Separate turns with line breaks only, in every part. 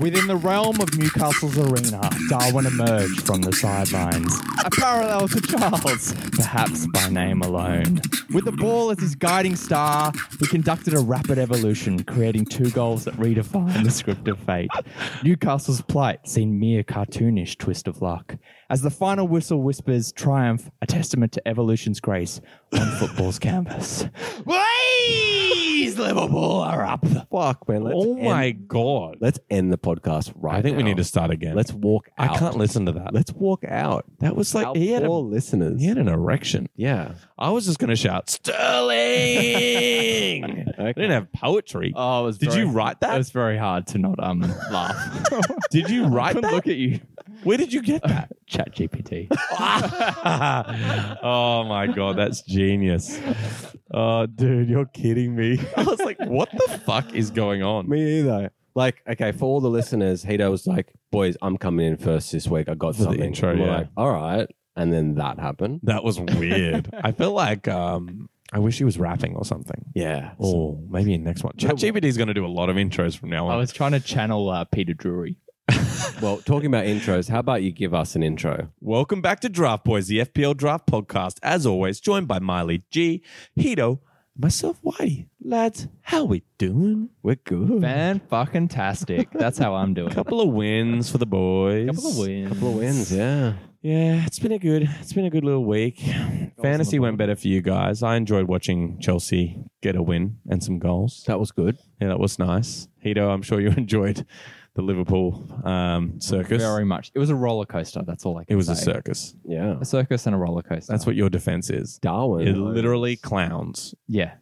Within the realm of Newcastle's arena, Darwin emerged from the sidelines, a parallel to Charles, perhaps by name alone. With the ball as his guiding star, he conducted a rapid evolution, creating two goals that redefine the script of fate. Newcastle's plight seemed mere cartoonish twist of luck. As the final whistle whispers triumph, a testament to evolution's grace on football's canvas. Please, Liverpool are up.
Fuck, man. Let's
oh
end,
my god!
Let's end the podcast right
I think we
now.
need to start again.
Let's walk
I
out.
can't listen to that.
Let's walk out.
That was like
Our
he had,
poor
a,
listeners.
he had an erection.
yeah.
I was just gonna shout Sterling. I
Okay.
didn't have poetry.
Oh, it was
Did
very-
you write
It
that?
was very hard to not um laugh.
Did you write
couldn't
that?
look at you.
Where did you get that?
Chat GPT.
oh my god, that's genius. Oh, dude, you're kidding me. I was like, what the fuck is going on?
Me either. Like, okay, for all the listeners, Hito was like, boys, I'm coming in first this week. I got
For the
something.
intro,
And we're
yeah.
like, all right. And then that happened.
That was weird. I feel like um, I wish he was rapping or something.
Yeah. So-
Oh, maybe next one. ChatGPT is going to do a lot of intros from now
I
on.
was trying to channel uh, Peter Drury.
well, talking about intros, how about you give us an intro?
Welcome back to Draft Boys, the FPL Draft Podcast. As always, joined by Miley G, Hito, myself, Whitey. Lads, how we doing?
We're good.
Fan fucking tastic. That's how I'm doing.
Couple of wins for the boys.
Couple of wins.
Couple of wins, yeah.
Yeah, it's been a good, it's been a good little week. Fantasy went better for you guys. I enjoyed watching Chelsea get a win and some goals.
That was good.
Yeah, that was nice. Hito, I'm sure you enjoyed the Liverpool um, circus.
Very much. It was a roller coaster. That's all I can
it was
say.
a circus.
Yeah.
A circus and a roller coaster.
That's what your defense is.
Darwin.
It literally clowns.
yeah.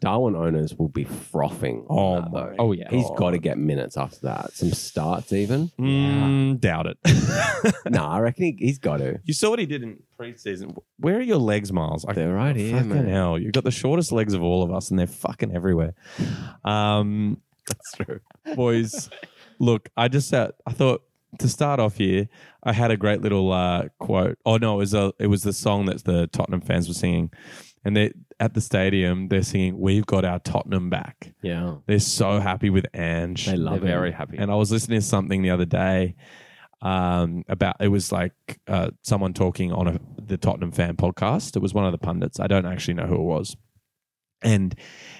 Darwin owners will be frothing.
Oh
on that,
my
though.
Oh yeah.
He's got to get minutes after that. Some starts even.
Mm, doubt it.
nah, I reckon he, he's got to.
you saw what he did in preseason. Where are your legs, Miles? I
They're right here,
fucking
man.
hell. You've got the shortest legs of all of us, and they're fucking everywhere. Um,
That's true.
boys, look, I just uh, I thought to start off here, I had a great little uh, quote. Oh no, it was a it was the song that the Tottenham fans were singing, and they at the stadium they're singing, "We've got our Tottenham back."
Yeah.
They're so happy with Ange.
They love
They're
it.
very happy.
And I was listening to something the other day um, about it was like uh, someone talking on a, the Tottenham fan podcast. It was one of the pundits. I don't actually know who it was, and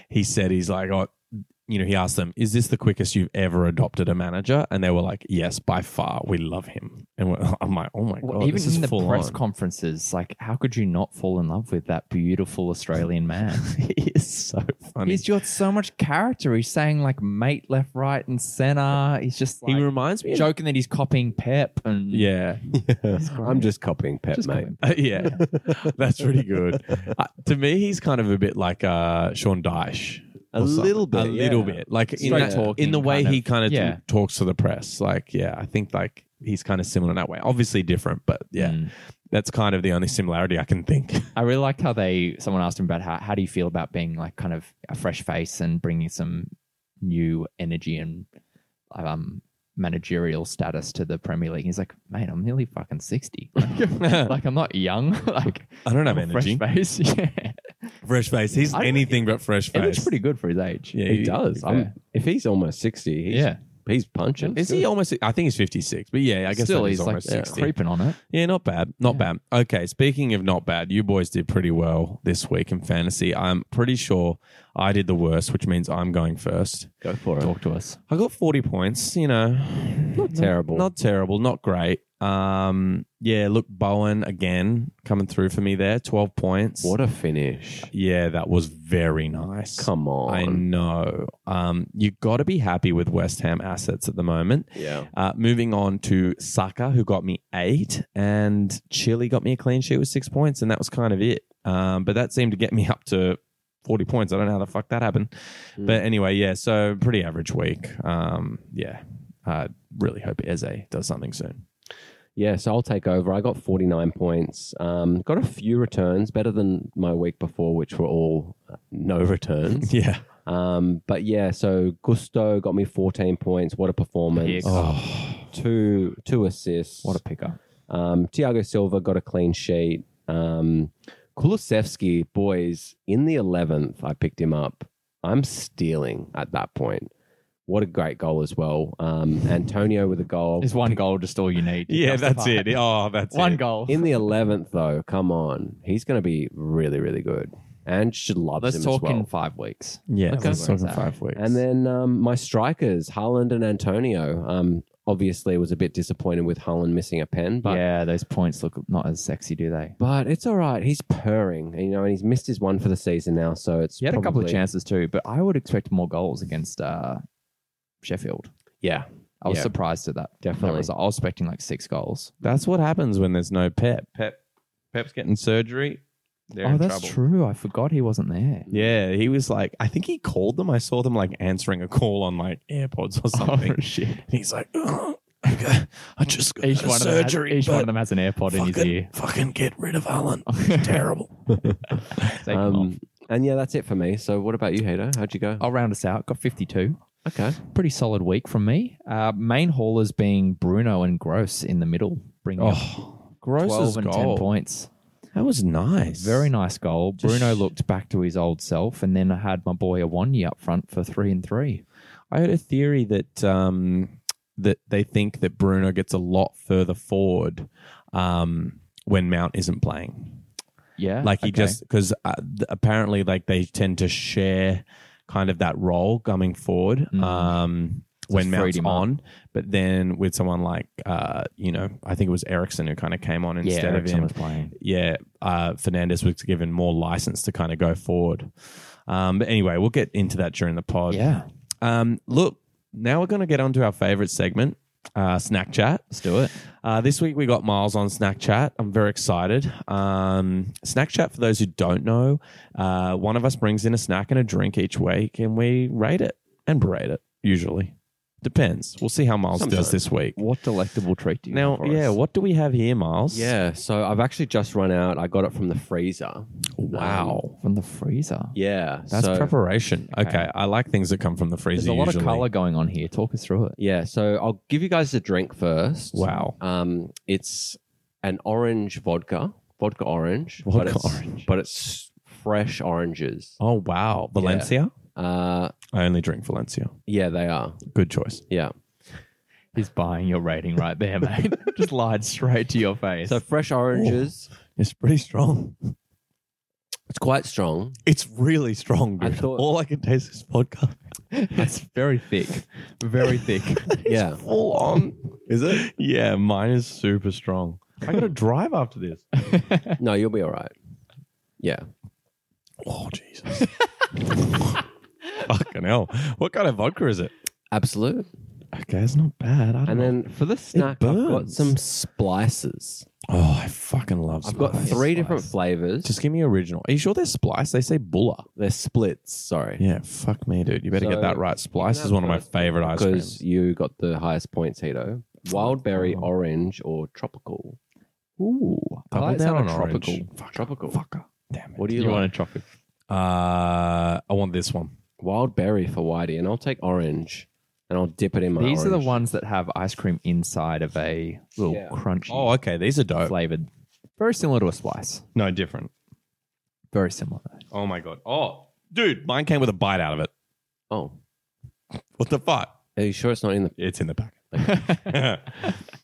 he said he's like, oh, you know, he asked them, "Is this the quickest you've ever adopted a manager?" And they were like, "Yes, by far. We love him." And we're, I'm like, "Oh my god,
Well, even
this is
in the
full
press
on."
conferences, like, how could you not fall in love with that beautiful Australian man?
he is so funny."
He's got so much character. He's saying like mate left, right, and center. He's just like
he reminds me, of,
joking that he's copying Pep and
yeah,
I'm just copying Pep,
Just
mate.
copying
Uh, yeah, that's pretty good. Uh, to me, he's kind of a bit like uh, Sean Dyche.
A
or something.
little bit,
a little
yeah.
bit, like in,
Straight
that-
talking
in the way
kind
he
of,
kind of
yeah.
talks to the press. Like, yeah, I think like he's kind of similar in that way. Obviously different, but yeah,
Mm.
that's kind of the only similarity I can think.
I really liked how they someone asked him about how how do you feel about being like kind of a fresh face and bringing some new energy and um managerial status to the Premier League. He's like, mate, I'm nearly fucking sixty.
I
like I'm not young. like
don't
I'm
have
a
energy.
fresh face. yeah,
Fresh face. He's
I don't-
anything but fresh
it looks
face.
pretty good for his age.
Yeah,
He does. I'm, if he's almost 60, he's,
yeah.
he's punching.
Is he almost? I think he's fifty-six, but yeah, I guess
Still,
that is
he's like
almost sixty.
creeping on it.
Yeah, not bad. Not
Yeah.
bad. Okay, speaking of not bad, you boys did pretty well this week in fantasy. I'm pretty sure I did the worst, which means I'm going first.
Go for it.
Talk to us.
I got 40 points, you know. Not
terrible.
Not terrible, not great. Um yeah, look Bowen again coming through for me there, 12 points.
What a finish.
yeah, that was very nice.
Come on.
I know. Um you got to be happy with West Ham assets at the moment.
Yeah.
Uh, moving on to Saka, who got me eight, and Chile got me a clean sheet with six points, and that was kind of it. Um, but that seemed to get me up to 40 points. I don't know how the fuck that happened.
Hmm.
Mm.
But anyway, yeah, so pretty average week. Um, yeah, I really hope Eze does something soon.
Yeah, so I'll take over. I got 49 points. Um, got a few returns, better than my week before, which were all uh, no returns.
Yeah.
Um, but yeah, so Gusto got me 14 points. What a performance.
Yeah.
Oh,
Two two assists.
What a pickup.
um, Tiago Silva got a clean sheet. Um, Kulusevski, boys, in the 11th, I picked him up. I'm stealing at that point. What a great goal as well. Um, Antonio with a goal.
Is one goal just all you need? to
Yeah, that's
justify
it. Oh, that's
One
it.
goal.
In the 11th, though, come on. He's going to be really, really good. And should love him
Let's
as
talk
well.
in five weeks.
Yeah,
Okay.
that's talking five weeks.
And then um, my strikers, Haaland and Antonio. Um, obviously, was a bit disappointed with Haaland missing a pen, but
yeah, those points look not as sexy, do they?
but it's all right. He's purring, you know, and he's missed his one for the season now. So it's
He had a couple of
probably-
chances too, but I would expect more goals against uh, Sheffield.
Yeah,
I was
Yeah.
surprised at that. That
definitely.
was, I was expecting like six goals.
that's what happens when there's no Pep. Pep, Pep's getting surgery. They're
oh,
in
that's
trouble.
true. I forgot he wasn't there.
Yeah, he was like, I think he called them. I saw them like answering a call on like AirPods or something.
Oh shit!
And he's like, "Oh, okay, I just got
Each
a
one,
surgery.
of them has, each one of
but
them has an AirPod in his
fucking,
ear. Oh,
fucking get rid of Alan. Terrible.
Take them off.
Um, and yeah, that's it for me. So what about you, Hater? How'd you go?
I'll round us out. Got fifty-two.
Okay.
Pretty solid week from me. Uh, main haulers being Bruno and Gross in the middle, bringing up
Oh,
twelve
Gross's
and ten
goal.
points.
That was nice.
Very nice goal.
Just-
Bruno looked back to his old self, and then I had my boy Awonyi up front for three and three.
I heard a theory that um, that they think that Bruno gets a lot further forward um, when Mount isn't playing.
Yeah,
Like he
okay.
just because uh, th- apparently like they tend to share kind of that role coming forward
Mm.
um,
So
when
it's
Mount's
freed him up.
on. But then with someone like uh, you know, I think it was Ericsson who kind of came on
yeah,
instead of
Eriksson
him
was playing.
yeah, uh, Fernandez was given more license to kind of go forward. Um, but anyway, we'll get into that during the pod.
Yeah,
Um, look, now we're going to get onto our favorite segment, uh, Snack Chat.
let's do it.
Uh, this week we got Miles on Snack Chat. I'm very excited. Um, snack Chat, for those who don't know, uh, one of us brings in a snack and a drink each week and we rate it and berate it, usually. Depends. We'll see how Miles
Sometimes.
does this week.
What delectable treat do you
Now,
have for
yeah,
us?
what do we have here, Miles?
Yeah. So I've actually just run out. I got it from the freezer.
Wow.
Oh, from the freezer.
Yeah.
That's
so,
preparation. Okay.
Um, Okay.
I like things that come from the freezer.
There's a lot
usually.
of color going on here. Talk us through it.
Yeah. So I'll give you guys a drink first.
Wow.
Um, it's an orange vodka, vodka orange, but
Vodka
it's,
orange.
but it's fresh oranges.
Oh wow. Valencia.
Uh,
I only drink Valencia.
yeah, they are.
Good choice.
Yeah.
He's buying your rating right there, mate. just lied straight to your face.
So fresh oranges.
It's pretty strong.
It's quite strong.
It's really strong,
I
dude.
thought-
All I can taste is vodka.
it's very thick, very thick.
Yeah.
Full on. Is it? Yeah, mine is super strong. I gotta drive after this.
No, you'll be all right. Yeah.
Oh Jesus. Fucking hell. What kind of vodka is it?
Absolute.
Okay, it's not bad. I don't
And
know.
then for the snack, I've got
burns.
some splices.
Oh, I fucking love
I've got
Splice.
three different flavors.
Just give me original. Are you sure they're splice? They say bulla.
They're splits. Sorry.
Yeah, fuck me, dude. You better
So,
get that right. Splice
have
is one of my
first
favorite ice
because
creams.
you got the highest points, Hito. Wild berry,
Oh.
orange, or tropical.
Ooh, I like that on tropical.
Fuck,
Tropical.
fucker. Damn it.
What do you,
You
like?
want a tropical?
Uh, I want this one.
Wild berry for Whitey, and I'll take orange, and I'll dip it in my.
These are the
orange.
ones that have ice cream inside of a little
Yeah.
crunchy
Oh, okay. These are dope.
flavored. Very similar to a splice.
No, different.
Very similar. though.
Oh my god. Oh, dude, mine came with a bite out of it.
Oh,
What the fuck?
are you sure it's not in the?
It's in the packet.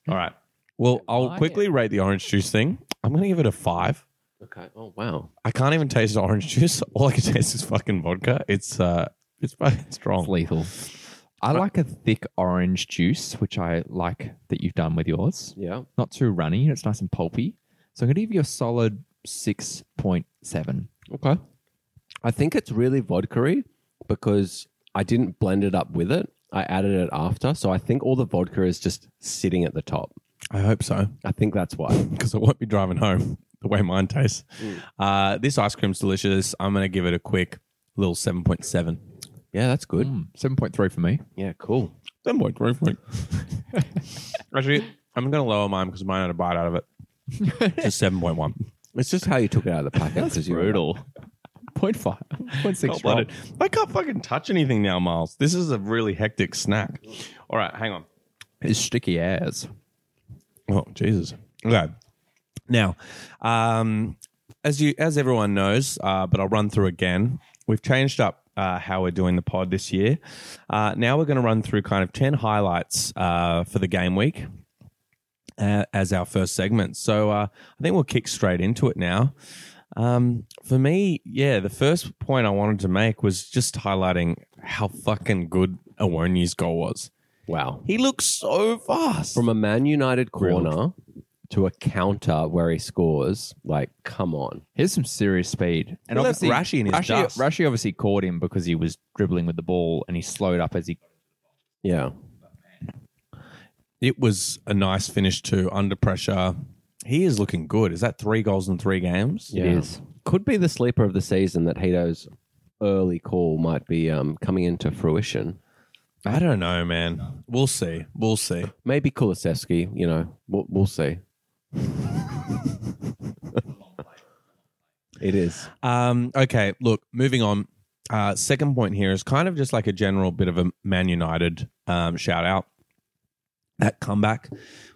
All right. Well, I'll
Buy
quickly rate the orange juice thing. I'm gonna give it a five.
Okay. Oh wow.
I can't even taste the orange juice. All I can taste is fucking vodka. It's uh, it's fucking
It's
strong.
lethal. I like a thick orange juice, which I like that you've done with yours.
Yeah.
Not too runny. It's nice and pulpy. So I'm going to give you a solid 6.7.
Okay. I think it's really vodka because I didn't blend it up with it. I added it after, so I think all the vodka is just sitting at the top.
I hope so.
I think that's why.
because I won't be driving home the way mine tastes. Uh, this ice cream's delicious. I'm going to give it a quick little 7.7.
Yeah, that's good.
Mm, 7.3 for me.
Yeah, cool.
7.3. Actually, I'm going to lower mine because mine had a bite out of it. to 7.1.
It's just how you took it out of the packet. because you were-
0.5. 0.6
Cold-blooded. I can't fucking touch anything now, Miles. This is a really hectic snack. All right, hang on.
is sticky as.
Oh Jesus! Okay, now, um, as you as everyone knows, uh, but I'll run through again. We've changed up uh, how we're doing the pod this year. Uh, now we're going to run through kind of 10 highlights uh, for the game week uh, as our first segment. So uh, I think we'll kick straight into it now. Um, for me, yeah, the first point I wanted to make was just highlighting how fucking good Awoniyi's goal was.
Wow.
He looks so fast.
From a Man United
Grilled.
corner to a counter where he scores, like, come on.
Here's some serious speed. And
He left
obviously,
Rashi in his
Rashi,
dust.
Rashi obviously caught him because he was dribbling with the ball and he slowed up as he.
Yeah.
It was a nice finish too, under pressure. He is looking good. Is that three goals in three games?
Yeah.
is.
Could be the sleeper of the season that Hito's early call might be um, coming into fruition.
I don't know, man. We'll see. We'll see.
Maybe Kulisevsky, you know, we'll, we'll see. it is.
Um, okay, look, moving on. Uh, second point here is kind of just like a general bit of a Man United um, shout out. That comeback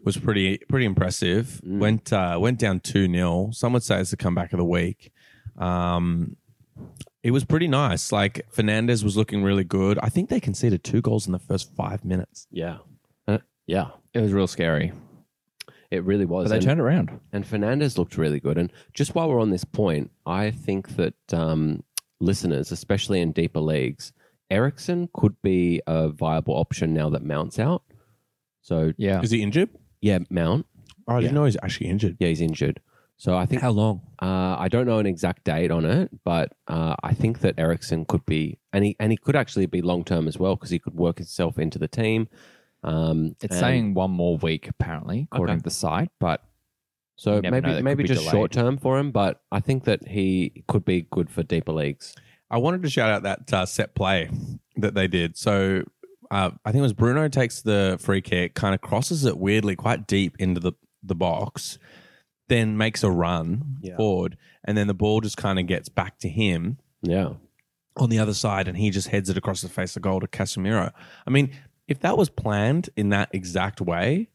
was pretty pretty impressive.
Mm.
Went uh, went down two 0 Some would say it's the comeback of the week. Um, it was pretty nice. Like Fernandez was looking really good. I think they conceded two goals in the first five minutes.
Yeah. Uh, yeah.
It was real scary.
It really was.
But they
And-
turned around.
And Fernandez looked really good. And just while we're on this point, I think that um, listeners, especially in deeper leagues, Ericsson could be a viable option now that Mount's out. So,
Yeah.
Is he injured?
yeah, Mount.
Oh, I didn't know he's actually injured.
Yeah, he's injured. So I think
How long?
uh, I don't know an exact date on it, but uh, I think that Ericsson could be, and he and he could actually be long term as well because he could work himself into the team. Um,
It's
and-
saying one more week, apparently, according
Okay.
to the site, but
so.
you never know,
Maybe
that
maybe
could be
just
delayed.
short term for him, but I think that he could be good for deeper leagues.
I wanted to shout out that uh, set play that they did. So uh, I think it was Bruno takes the free kick, kind of crosses it weirdly, quite deep into the, the box, then makes a run
Yeah.
forward, and then the ball just kind of gets back to him
Yeah.
on the other side, and he just heads it across the face of goal to Casemiro. I mean, if that was planned in that exact way,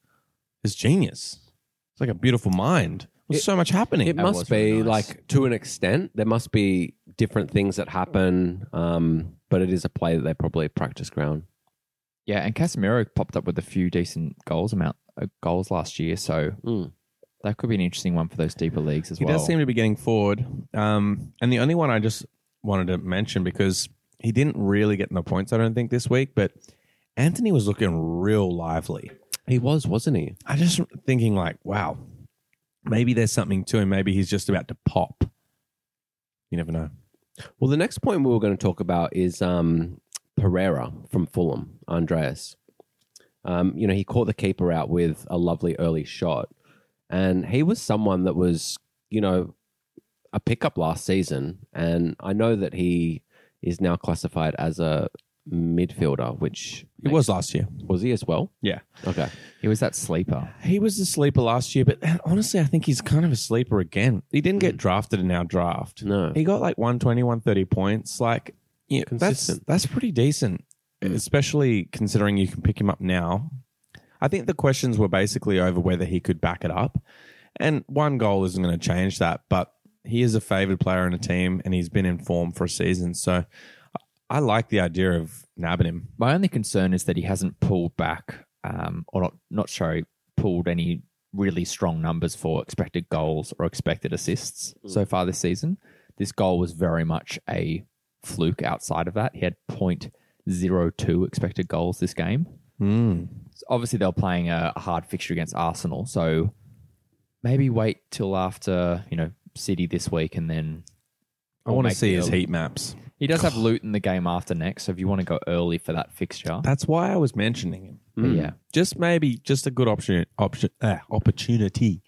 it's genius. It's like a beautiful mind. There's
It-
so much happening.
It
That
must
was
be
really nice.
like to an extent. There must be different things that happen, um, but it is a play that they probably practice ground.
yeah, and Casemiro popped up with a few decent goals amount uh, goals last year, so
Mm.
that could be an interesting one for those deeper leagues as
Hmm. He
well.
does seem to be getting forward. Um, and the only one I just wanted to mention because he didn't really get in the points, I don't think, this week, but Anthony was looking real lively.
He was, wasn't he?
I just thinking like, wow, maybe there's something to him. Maybe he's just about to pop. You never know.
Well, the next point we were going to talk about is um, Pereira from Fulham, Andreas. Um, you know, he caught the keeper out with a lovely early shot, and he was someone that was, you know, a pickup last season. And I know that he is now classified as a midfielder, which
He was last year.
was he as well?
Yeah.
Okay.
he was that sleeper.
He was the sleeper last year, but honestly, I think he's kind of a sleeper again. He didn't get drafted in our draft.
No.
He got like 120, 130 points. Like, yeah,
Consistent.
That's, that's pretty decent, especially considering you can pick him up now. I think the questions were basically over whether he could back it up. And one goal isn't going to change that, but he is a favored player in a team and he's been in form for a season. So I- I like the idea of nabbing him.
My only concern is that he hasn't pulled back, um, or not, not sorry, pulled any really strong numbers for expected goals or expected assists
Hmm.
so far this season. This goal was very much a fluke outside of that. He had 0.02 expected goals this game.
Hmm.
So obviously, they're playing a hard fixture against Arsenal, so maybe wait till after, you know, City this week and then.
I want
Or
to
make
see
it
his
early.
heat maps.
He does have Luton the game after next, so if you want to go early for that fixture,
That's why I was mentioning him.
but
Mm.
yeah.
just maybe just a good option option uh, opportunity.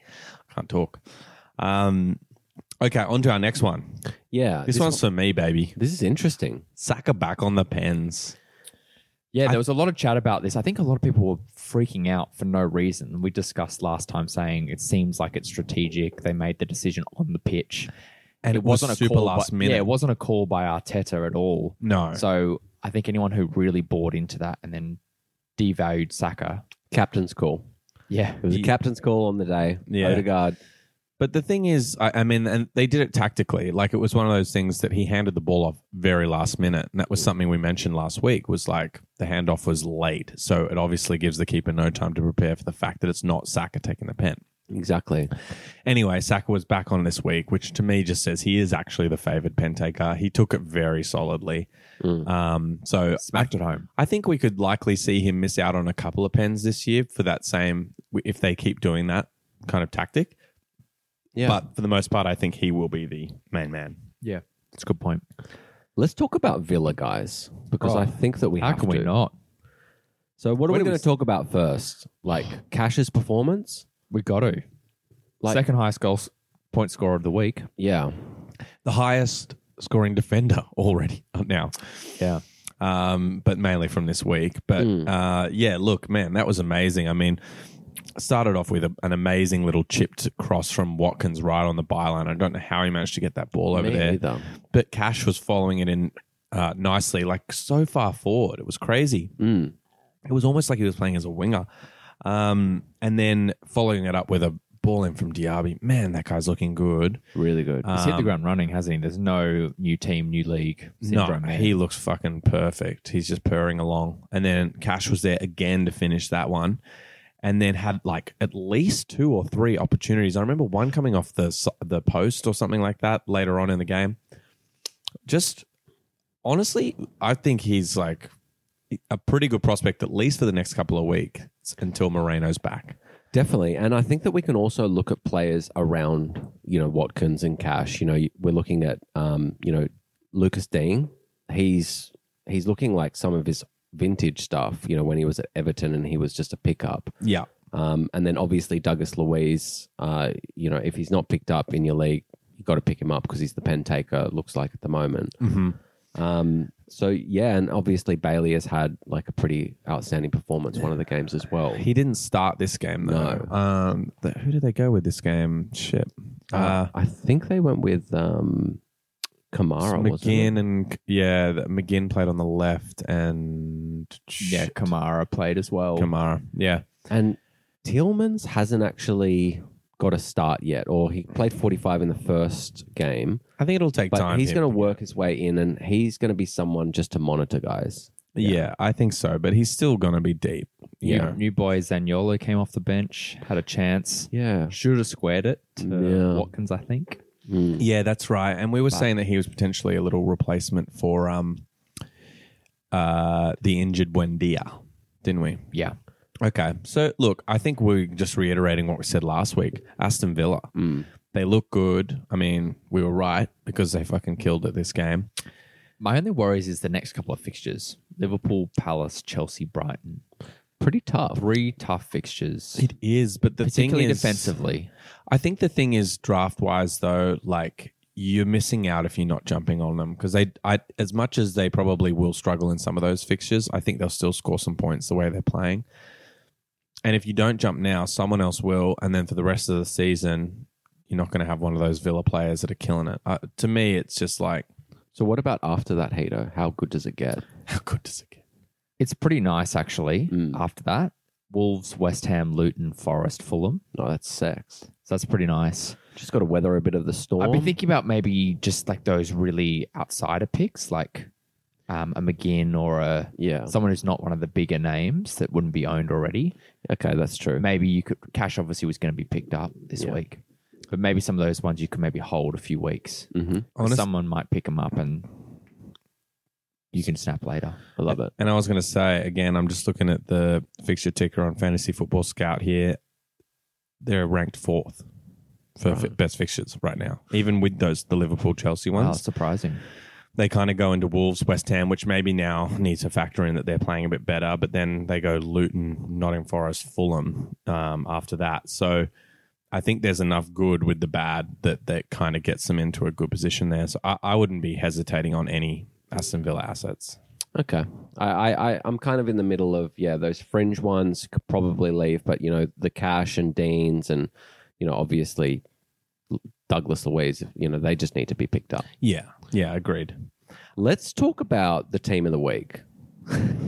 Can't talk. Um, okay, on to our next one.
Yeah.
This, one's for me, baby.
This is interesting.
Saka back on the pens.
Yeah, there was a lot of chat about this. I think a lot of people were freaking out for no reason. We discussed last time saying it seems like it's strategic. They made the decision on the pitch,
And it was super
call
last
by,
minute.
Yeah, it wasn't a call by Arteta at all.
No,
So I think anyone who really bought into that and then devalued Saka,
Captain's call.
yeah,
It was a
Yeah.
captain's call on the day.
Yeah.
Odegaard.
But the thing is, I, I mean, and they did it tactically. Like it was one of those things that he handed the ball off very last minute, and that was something we mentioned last week. Was like the handoff was late, so it obviously gives the keeper no time to prepare for the fact that it's not Saka taking the pen.
Exactly.
Anyway, Saka was back on this week, which to me just says he is actually the favored pen taker. He took it very solidly.
Mm.
Um, so I,
Smacked at home.
I think we could likely see him miss out on a couple of pens this year for that same if they keep doing that kind of tactic.
Yeah.
But for the most part, I think he will be the main man.
Yeah, that's a good point.
Let's talk about Villa, guys, because
Oh,
I think that we
How
have
can
to.
we not?
So, what are
What
we
do we
going
s-
to talk about first? Like Cash's performance?
We got to.
Like-
Second highest goal s- point scorer of the week.
Yeah.
The highest scoring defender already up now.
Yeah.
Um, but mainly from this week. But
Mm.
uh, yeah, look, man, that was amazing. I mean, started off with a, an amazing little chipped cross from Watkins right on the byline. I don't know how he managed to get that ball over
Me
there.
either.
But Cash was following it in uh, nicely, like so far forward. It was crazy.
Mm.
It was almost like he was playing as a winger. Um, and then following it up with a ball in from Diaby. Man, that guy's looking good.
Really good.
Uh,
He's hit the
Um,
ground running, hasn't he? There's no new team, new league syndrome.
no,
there.
he looks fucking perfect. He's just purring along. And then Cash was there again to finish that one. And then had like at least two or three opportunities. I remember one coming off the s- the post or something like that later on in the game. Just honestly, I think he's like a pretty good prospect at least for the next couple of weeks until Moreno's back.
Definitely. And I think that we can also look at players around, you know, Watkins and Cash. You know, you- we're looking at, um, you know, Lucas Dean. He's he's looking like some of his vintage stuff. You know, when he was at Everton and he was just a pickup.
Yeah,
Um, and then obviously Douglas Louise, uh, you know, if he's not picked up in your league, you got to pick him up because he's the pen taker. It looks like at the moment.
mm-hmm.
Um, so yeah, and obviously Bailey has had like a pretty outstanding performance one of the games as well.
he didn't start this game though. Um, the, who did they go with this game? Shit,
Uh,
uh,
I think they went with um, Kamara. wasn't it?
McGinn and yeah, the, McGinn played on the left and
yeah, Kamara played as well.
Kamara. Yeah,
And Tillman's hasn't actually got a start yet, or he played 45 in the first game,
I think it'll take
but
time.
he's
here.
going to work his way in, and he's going to be someone just to monitor guys.
Yeah. I think so, but he's still going to be deep.
New,
You know?
new boy Zaniolo came off the bench, had a chance.
Yeah.
Should have squared it to
Yeah.
Watkins, I think.
Mm.
Yeah, that's right. And we were saying that he was potentially a little replacement for um, uh, the injured Buendia, didn't we?
Yeah.
Okay. So, look, I think we're just reiterating what we said last week. Aston Villa,
Mm.
they look good. I mean, we were right because they fucking killed it this game.
My only worries is the next couple of fixtures Liverpool, Palace, Chelsea, Brighton.
Pretty tough.
Three tough fixtures,
It is, but the thing
particularly
is,
defensively.
I think the thing is draft wise though, like you're missing out if you're not jumping on them because they, I, as much as they probably will struggle in some of those fixtures, I think they'll still score some points the way they're playing. And if you don't jump now, someone else will, and then for the rest of the season, you're not going to have one of those Villa players that are killing it. Uh, to me, it's just like,
So, what about after that, Hato? How good does it get?
how good does it get?
It's pretty nice, actually,
Mm.
after that. Wolves, West Ham, Luton, Forest, Fulham.
No, that's sex.
So that's pretty nice.
Just got to weather a bit of the storm.
I've been thinking about maybe just like those really outsider picks, like um, a McGinn or a
yeah.
someone who's not one of the bigger names that wouldn't be owned already.
Okay, that's true.
Maybe you could cash obviously was going to be picked up this
Yeah.
week, but maybe some of those ones you could maybe hold a few weeks.
hmm
'Cause
Honest-
someone might pick them up and you can snap later.
I love it.
And I was going to say again, I'm just looking at the fixture ticker on Fantasy Football Scout here. They're ranked fourth for fi-
Right.
best fixtures right now, even with those the Liverpool Chelsea
Wow,
ones.
Oh, surprising.
They kind of go into Wolves, West Ham, which maybe now needs to factor in that they're playing a bit better. But then they go Luton, Nottingham Forest, Fulham um, after that. So I think there's enough good with the bad that that kind of gets them into a good position there. So I, I wouldn't be hesitating on any Aston Villa assets.
Okay. I, I, I, I'm kind of in the middle of, yeah, those fringe ones could probably leave, but, you know, the Cash and Deans and, you know, obviously Douglas Louise, you know, they just need to be picked up.
Yeah, yeah, agreed.
Let's talk about the team of the week.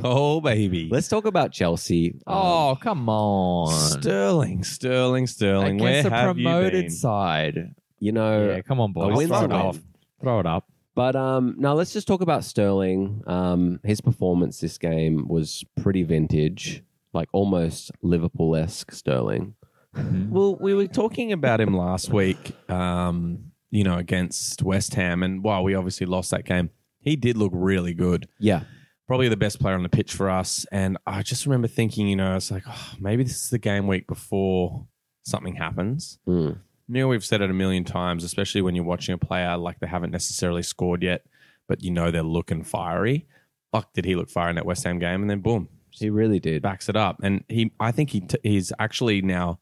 Oh, baby.
Let's talk about Chelsea. Um,
Oh, come on.
Sterling, Sterling, Sterling. Where
Against the
have you been?
promoted side. Uh,
you know,
Yeah, come on, boys.
win's
throw
a
it
win.
off. Throw it up.
But um, now let's just talk about Sterling. Um, his performance this game was pretty vintage, like almost Liverpool esque Sterling.
Mm-hmm.
Well, we were talking about him last week, um, you know, against West Ham. And while we obviously lost that game, he did look really good.
Yeah,
Probably the best player on the pitch for us. And I just remember thinking, you know, it's like, oh, maybe this is the game week before something happens.
Mm.
You know, we've said it a million times, especially when you're watching a player like they haven't necessarily scored yet, but you know they're looking fiery. Fuck, did he look fiery in that West Ham game? And then boom,
he really did.
backs it up, and he. I think he t- he's actually now.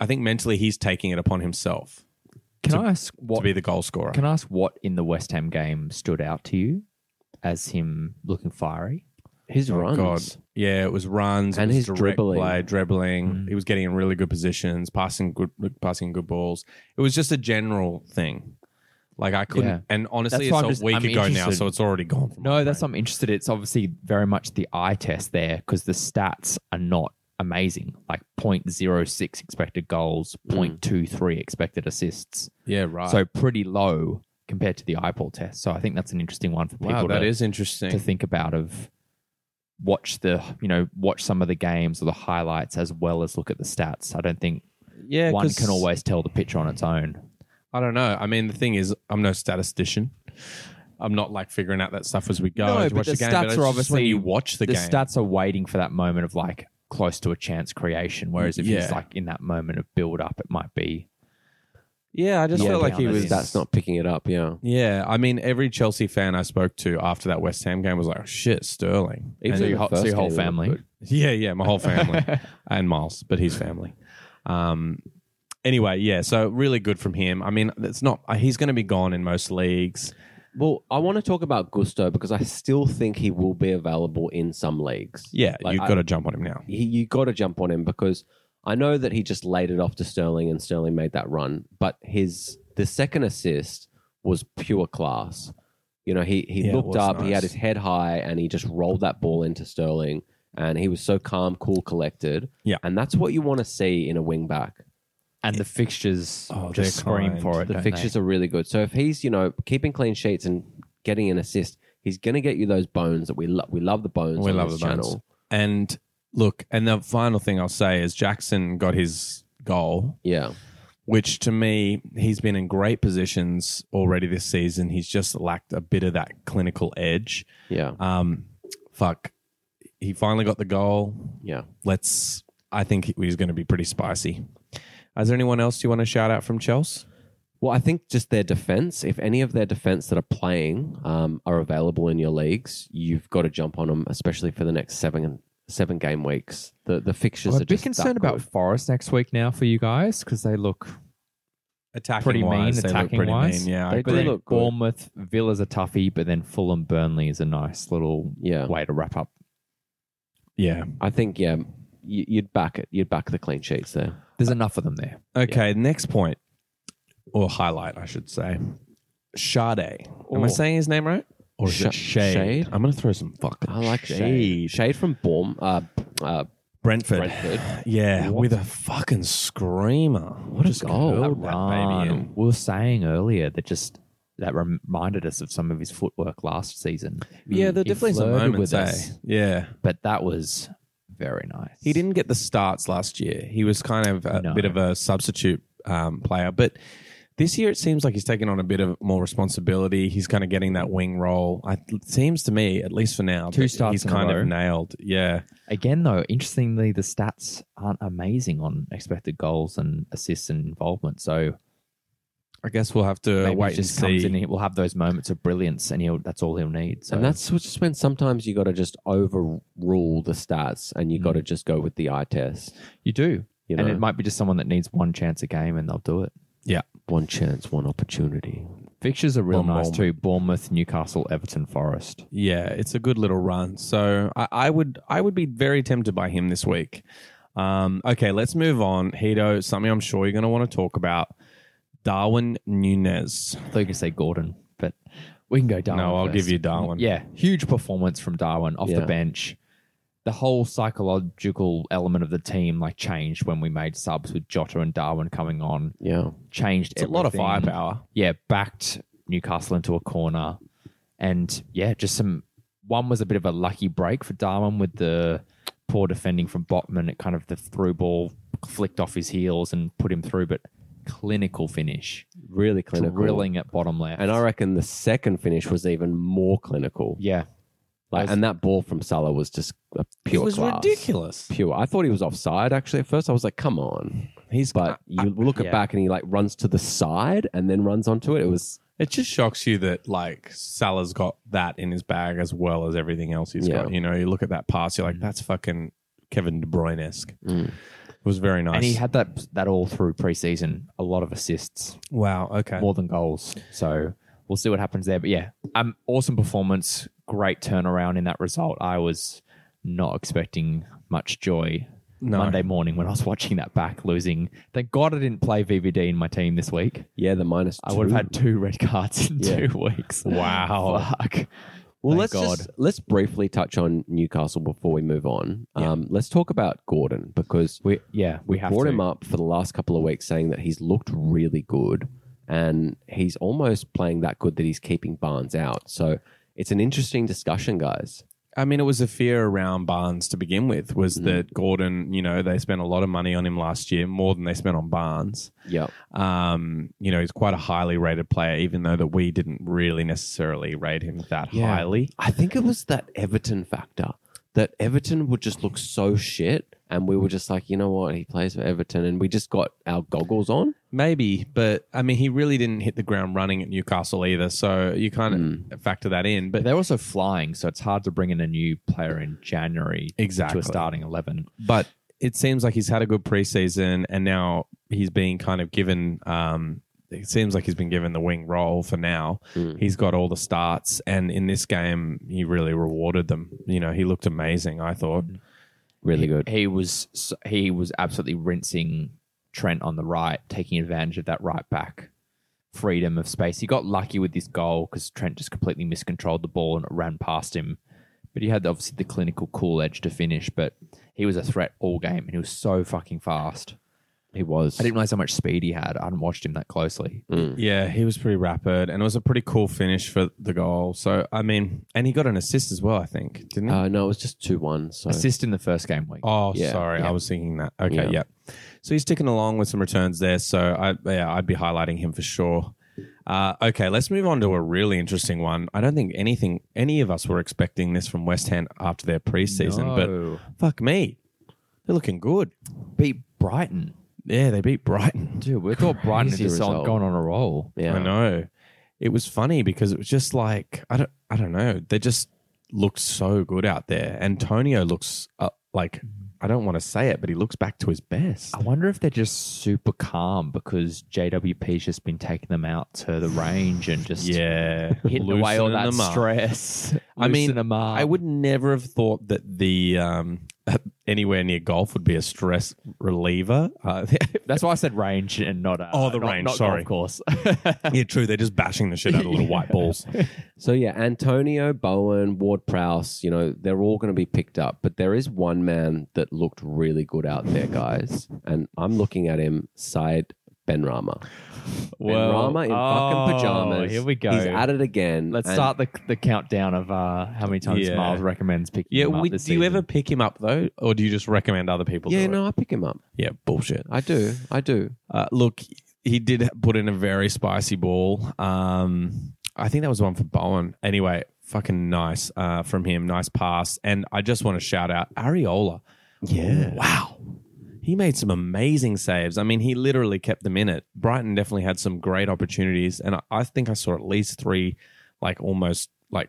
I think mentally he's taking it upon himself
Can I ask
to
what
be the goal scorer.
Can I ask what in the West Ham game stood out to you as him looking fiery?
His
Oh,
runs.
Oh, yeah, it was runs
And
it was
his
direct
dribbling.
play, dribbling.
Mm.
He was getting in really good positions, passing good, passing good balls. It was just a general thing. Like I couldn't,
Yeah.
and honestly,
That's why I'm
it's
just-
a week
I'm
ago now,
interested.
so it's already gone. From
No, that's I'm interested. It's obviously very much the eye test there because the stats are not amazing. Like 0.06 expected goals, 0.23 expected assists.
yeah, right.
So pretty low compared to the eyeball test. So I think that's an interesting one for people
wow, that
to,
is interesting.
to think about of watch the, you know, watch some of the games or the highlights as well as look at the stats. I don't think
yeah,
one
'cause-
can always tell the pitch on its own.
I don't know. I mean, the thing is, I'm no statistician. I'm not like figuring out that stuff as we go.
No,
as you
but
watch
the stats
game, it's
are
just when
obviously-
you watch the,
the
game.
stats are waiting for that moment of like close to a chance creation. Whereas if
Yeah.
he's like in that moment of build up, it might be.
yeah, I just
Yeah,
felt like he
down
was.
is-
That's not picking it up. Yeah,
Yeah, I mean, every Chelsea fan I spoke to after that West Ham game was like, "Oh, "Shit, Sterling."
Even
so
in
your,
the
whole- so
first
your whole
game, it
family.
looked
Yeah, yeah, my whole family and Miles, but his family. Um, anyway, yeah, so really good from him. I mean, it's not. uh, He's going to be gone in most leagues.
Well, I want to talk about Gusto because I still think he will be available in some leagues.
Yeah,
Like,
you've
I-
got to jump on him now.
he, you got to jump on him because I know that he just laid it off to Sterling and Sterling made that run, but his the second assist was pure class. You know, he he
Yeah, it
looked
was
up, he
nice.
had his head high, and he just rolled that ball into Sterling, and he was so calm, cool, collected.
Yeah.
and that's what you want to see in a wing back.
And the fixtures
Oh, they're
just scream
kind.
for it.
The
don't
fixtures
they?
are really good. So if he's you know keeping clean sheets and getting an assist, he's going to get you those bones that we love. We love the bones.
We
on
love
this
the bones.
channel.
And look, and the final thing I'll say is Jackson got his goal
Yeah,
which to me, he's been in great positions already this season. He's just lacked a bit of that clinical edge.
yeah,
Um, fuck, he finally got the goal.
yeah.
Let's. I think he's going to be pretty spicy. Is there anyone else you want to shout out from Chelsea?
Well, I think just their defense. If any of their defense that are playing um, are available in your leagues, you've got to jump on them, especially for the next seven seven game weeks. The the fixtures
I'm
are
a bit
just
concerned
that
about
good.
Forest next week now for you guys because they look
Attacking
pretty
wise,
mean.
they look
Attacking
pretty
wise,
mean. Yeah, I
They
agree.
do look good.
Bournemouth, Villa's a toughie, but then Fulham, Burnley is a nice little
Yeah,
way to wrap up.
yeah.
I think yeah, you, you'd back it. You'd back the clean sheets there.
There's enough of them there.
Okay. Next point, or highlight, I should say. Sade. Am I
Oh.
saying his name right? Or is
Sh-
it Shade?
Shade?
I'm going to throw some fucking.
I like shade. Shade from Bourne, uh, uh, Brentford.
Yeah, with a fucking screamer. What
a goal.
curled
That
that
Run.
baby in.
We were saying earlier that just that reminded us of some of his footwork last season.
Yeah, there
He
definitely some
flirted
moments.
with
eh?
us.
Yeah,
but that was very nice.
he didn't get the starts last year. He was kind of a
No.
bit of a substitute um, player, but this year it seems like he's taking on a bit of more responsibility. He's kind of getting that wing role. I, it seems to me, at least for now,
Two
that
starts
he's
in a
kind
row.
of nailed. Yeah,
Again, though, interestingly, the stats aren't amazing on expected goals and assists and involvement. So
I guess we'll have to
maybe
wait
he just
and see.
comes in and we'll have those moments of brilliance, and he'll, that's all he'll need. So
And that's what's just when sometimes you got to just overrule the stats, and you got to just go with the eye test.
you do,
You know,
Mm. and it might be just someone that needs one chance a game, and they'll do it.
one chance, one opportunity.
Fixtures are real
Bourne-
nice
Bourne.
too: Bournemouth, Newcastle, Everton, Forest.
Yeah, it's a good little run. So I, I would I would be very tempted by him this week. Um, okay, let's move on. Hito, something I'm sure you're going to want to talk about. Darwin Nunez.
I thought you could say Gordon, but We can go Darwin.
No, I'll
first.
give you Darwin.
Yeah, huge performance from Darwin off
Yeah.
the bench. The whole psychological element of the team like changed when we made subs with Jota and Darwin coming on.
Yeah.
Changed
It's a lot of
everything.
firepower.
Yeah, backed Newcastle into a corner, and yeah, just some. One was a bit of a lucky break for Darwin with the poor defending from Botman. It kind of the through ball flicked off his heels and put him through, but clinical finish,
Really clinical.
drilling at bottom left.
And I reckon the second finish was even more clinical.
yeah,
Like, and that ball from Salah was just a pure class. Pure. I thought he was offside actually at first. I was like, come on.
He's
But you look at
yeah.
back and he like runs to the side and then runs onto it. It was
It just shocks you that like Salah's got that in his bag as well as everything else he's
Yeah.
got. You know, you look at that pass, you're like,
Mm.
that's fucking Kevin De Bruyne esque.
Mm.
It was very nice.
And he had that that all through preseason. A lot of assists,
wow. Okay.
more than goals. So we'll see what happens there. But yeah, um, awesome performance. Great turnaround in that result. I was not expecting much joy
No.
Monday morning when I was watching that back losing. Thank God I didn't play VVD in my team this week.
yeah, the minus
I would
two.
have had two red cards in
Yeah.
two weeks.
Wow.
Fuck.
Well,
Thank
let's
God.
just let's briefly touch on Newcastle before we move on. Um, let's talk about Gordon because
We yeah we have
brought
to.
him up for the last couple of weeks, saying that he's looked really good, and he's almost playing that good that he's keeping Barnes out. So it's an interesting discussion, guys.
I mean, it was a fear around Barnes to begin with, was
Mm-hmm.
that Gordon, you know, they spent a lot of money on him last year, more than they spent on Barnes.
Yeah,
Um, you know, he's quite a highly rated player, even though that we didn't really necessarily rate him that
Yeah.
highly.
I think it was that Everton factor that Everton would just look so shit, and we were just like, you know what, he plays for Everton, and we just got our goggles on.
Maybe, but I mean, he really didn't hit the ground running at Newcastle either. So you kind of
Mm.
Mm,
factor that in. But
But they're also flying, so it's hard to bring in a new player in January to
Exactly.
a starting eleven.
but it seems like he's had a good preseason and now he's being kind of given um it seems like he's been given the wing role for now.
Mm.
He's got all the starts and in this game he really rewarded them. You know, he looked amazing, I thought.
Really good.
he was s- he was absolutely rinsing Trent on the right, taking advantage of that right back freedom of space. He got lucky with this goal because Trent just completely miscontrolled the ball and it ran past him. But he had obviously the clinical cool edge to finish. But he was a threat all game, and he was so fucking fast.
He was.
I didn't realize how much speed he had. I hadn't watched him that closely.
Mm.
Yeah, he was pretty rapid and it was a pretty cool finish for the goal. So I mean and he got an assist as well, I think, didn't he?
Uh, no, it was just two one. So
Assist in the first game week.
Oh,
Yeah,
sorry,
yeah.
I was thinking that. Okay,
Yeah.
yeah. So he's ticking along with some returns there. So I, yeah, I'd be highlighting him for sure. Uh, okay, let's move on to a really interesting one. I don't think anything, any of us were expecting this from West Ham after their preseason,
No.
but fuck me, they're looking good.
beat Brighton,
Yeah, they beat Brighton.
dude. We thought Brighton
Crazy
is on,
result.
going on a roll.
yeah,
I know. It was funny because it was just like I don't, I don't know. They just looked so good out there. Antonio looks uh, like I don't want to say it, but he looks back to his best.
I wonder if they're just super calm because JWP's just been taking them out to the range and just
Yeah,
hitting away all
Loosening
that
them up.
stress.
I mean,
Loosen them up.
I would never have thought that the um, anywhere near golf would be a stress reliever. Uh,
That's why I said range and not uh,
Oh, the
not-
range,
not
sorry.
golf course.
yeah, true. They're just bashing the shit out of little white balls.
So yeah, Antonio Bowen, Ward Prowse, you know, they're all going to be picked up, but there is one man that looked really good out there, guys, and I'm looking at him, Said Benrahma. Benrahma in fucking
oh,
pajamas.
here we go.
He's at it again.
Let's
and
start the, the countdown of uh, how many times
Yeah.
Miles recommends picking.
Yeah,
him up
we, do
this
you
season.
ever pick him up though, or do you just recommend other people?
Yeah,
do it?
no, I pick him up.
yeah, bullshit.
I do. I do.
Uh, look, he did put in a very spicy ball. Um, I think that was one for Bowen. Anyway, fucking nice uh, from him. Nice pass. And I just want to shout out Ariola. Yeah. Wow. He made some amazing saves. I mean, he literally kept them in it. Brighton definitely had some great opportunities. And I, I think I saw at least three, like almost like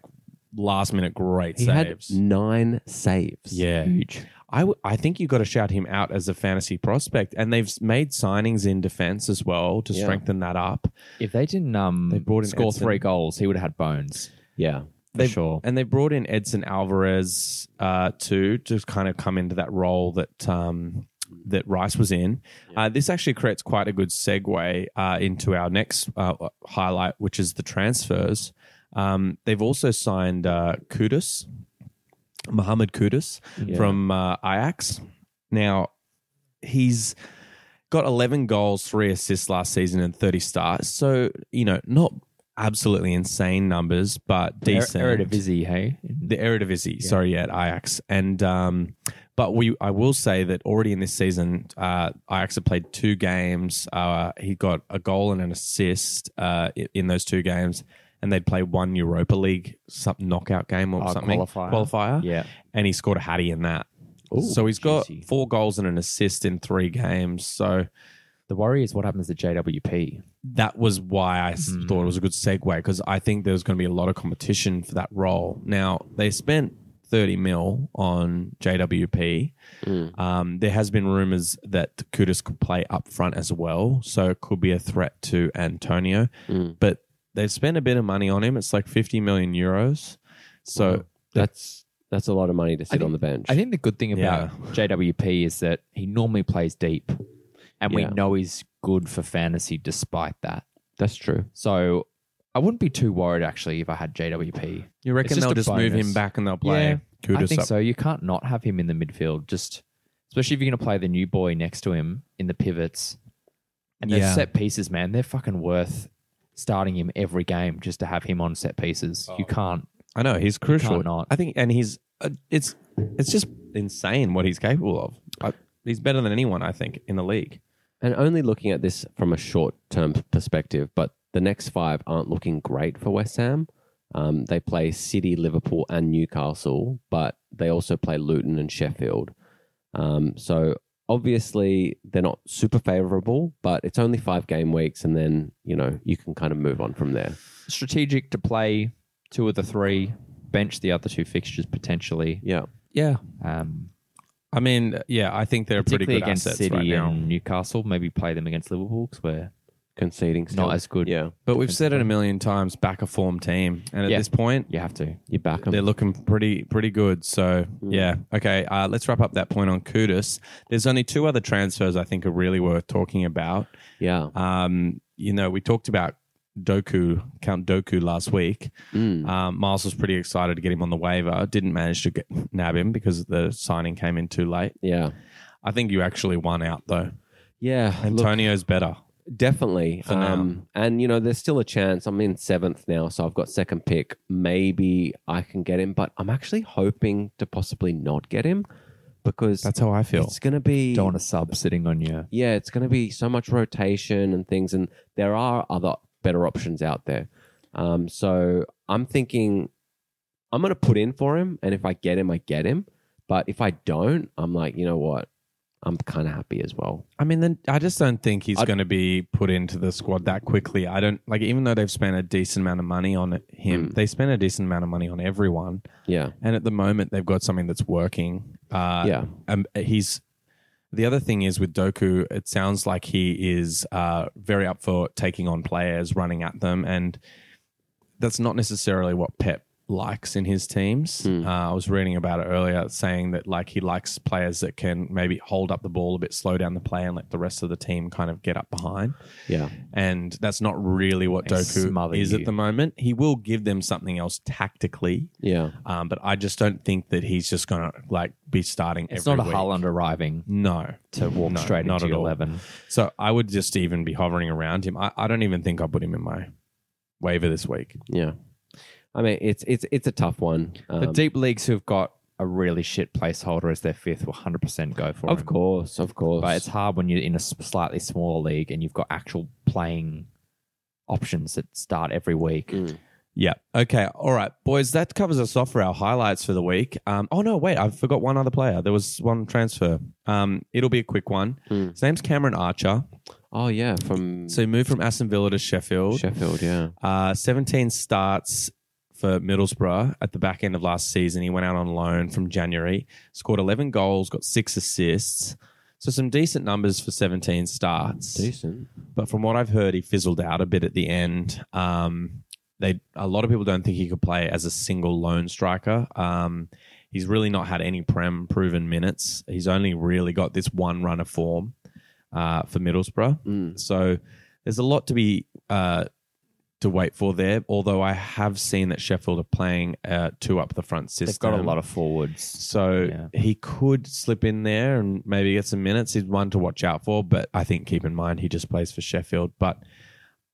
last minute great
He
saves.
had nine saves.
yeah.
huge?
I, w- I think you got to shout him out as a fantasy prospect. And they've s- made signings in defense as well to
Yeah.
strengthen that up.
If they didn't um,
They brought in
score
Edson.
three goals, he would have had bones
yeah.
for
They've-
sure.
And they brought in Edson Alvarez uh, too to kind of come into that role that um, that Rice was in. Uh, this actually creates quite a good segue uh, into our next uh, highlight, which is the transfers. Um, they've also signed uh, Kudus, Mohamed Kudus
Yeah.
from uh, Ajax. Now, he's got 11 goals, three assists last season, and 30 starts. So, you know, not absolutely insane numbers, but decent
Er, Eredivisie, hey?
the Eredivisie. Sorry, yeah, at Ajax. And um, but we, I will say that already in this season, uh, Ajax have played two games. Uh, he got a goal and an assist uh, i- in those two games, and they'd play one Europa League some knockout game or
Oh,
something
qualifier.
qualifier.
Yeah.
and he scored a hattie in that.
Ooh,
so he's got
juicy.
four goals and an assist in three games. So
The worry is what happens to JWP.
that was why I s-
Hmm.
thought it was a good segue because I think there's going to be a lot of competition for that role. Now they spent 30 mil on JWP.
Mm.
Um, there has been rumors that Kudus could play up front as well, so it could be a threat to Antonio.
Mm.
But they've spent a bit of money on him. It's like 50 million euros. So
That's that's a lot of money to sit
think-
on the bench.
I think the good thing about JWP is that he normally plays deep, and
Yeah.
we know he's good for fantasy despite that.
that's true.
So I wouldn't be too worried actually if I had JWP.
you reckon
just
they'll
a
just move
bonus.
him back and they'll play Kudus
I think
up?
so. You can't not have him in the midfield, just especially if you're going to play the new boy next to him in the pivots. And those
Yeah.
set pieces, man, they're fucking worth starting him every game just to have him on set pieces. You can't.
I know he's crucial.
can't not.
I think, and he's uh, it's it's just insane what he's capable of. I, he's better than anyone I think in the league.
And only looking at this from a short term perspective, but the next five aren't looking great for West Ham. Um, they play City, Liverpool, and Newcastle, but they also play Luton and Sheffield. Um, so obviously they're not super favourable, but it's only five game weeks, and then you know you can kind of move on from there.
Strategic to play two of the three, bench the other two fixtures potentially.
Yeah,
Yeah,
Um,
I mean, yeah, I think they're pretty
particularly
good
against
assets
City
right now.
and Newcastle. Maybe play them against Liverpool because we're
conceding still.
not as good.
yeah,
but we've said it a million times: back a form team, and at
Yeah.
this point,
You have to.
you back 'em.
They're looking pretty pretty good. So
Mm.
yeah, okay. Uh, let's wrap up that point on Kudus. There's only two other transfers I think are really worth talking about.
Yeah,
Um, you know, we talked about Doku Count Doku last week.
Mm.
Um, Miles was pretty excited to get him on the waiver. Didn't manage to get, nab him because the signing came in too late.
yeah,
I think you actually won out though.
yeah. Look,
Antonio's better.
Definitely.
For now.
Um, and, you know, there's still a chance. I'm in seventh now, so I've got second pick. Maybe I can get him, but I'm actually hoping to possibly not get him because
That's how I feel.
it's going to be.
Don't want a sub sitting on you.
Yeah, it's going to be so much rotation and things, and there are other better options out there. Um, so I'm thinking I'm going to put in for him, and if I get him, I get him. But if I don't, I'm like, you know what? I'm kind of happy as well.
I mean, then I just don't think he's
I-
going to be put into the squad that quickly. I don't like, even though they've spent a decent amount of money on him, they spent a decent amount of money on everyone,
Yeah.
and at the moment they've got something that's working. Uh,
yeah.
um, he's the other thing is with Doku, it sounds like he is uh, very up for taking on players, running at them, and that's not necessarily what Pep likes in his teams.
Hmm.
Uh, I was reading about it earlier, saying that like he likes players that can maybe hold up the ball a bit, slow down the play, and let the rest of the team kind of get up behind.
Yeah.
And that's not really what
They
Doku
smother
is
you.
at the moment. He will give them something else tactically,
Yeah.
um, but I just don't think that he's just gonna like be starting.
It's
every
not a
week.
Holland arriving
No.
to walk
No,
straight
not
into
at
your
all.
11.
So I would just even be hovering around him. I, I don't even think I put him in my waiver this week.
Yeah. I mean, it's it's it's a tough one.
the
Um,
deep leagues who've got a really shit placeholder as their fifth will 100% go for
of
him.
course, of course.
But it's hard when you're in a s- slightly smaller league and you've got actual playing options that start every week.
Mm.
Yeah. Okay. All right, boys. That covers us off for our highlights for the week. Um, oh no, wait. I forgot one other player. There was one transfer. Um, it'll be a quick one.
Hmm.
His name's Cameron Archer.
oh yeah, from
So he moved from Aston Villa to Sheffield.
Sheffield, yeah,
Uh, 17 starts for Middlesbrough at the back end of last season. He went out on loan from January, scored 11 goals, got six assists. So some decent numbers for 17 starts.
decent.
But from what I've heard, he fizzled out a bit at the end. Um, they a lot of people don't think he could play as a single lone striker. Um, he's really not had any prem proven minutes. He's only really got this one run of form uh, for Middlesbrough.
Mm.
So there's a lot to be uh, to wait for there. Although I have seen that Sheffield are playing uh, two up the front system.
They've got a lot of forwards.
So
Yeah.
he could slip in there and maybe get some minutes. He's one to watch out for, but I think keep in mind he just plays for Sheffield. But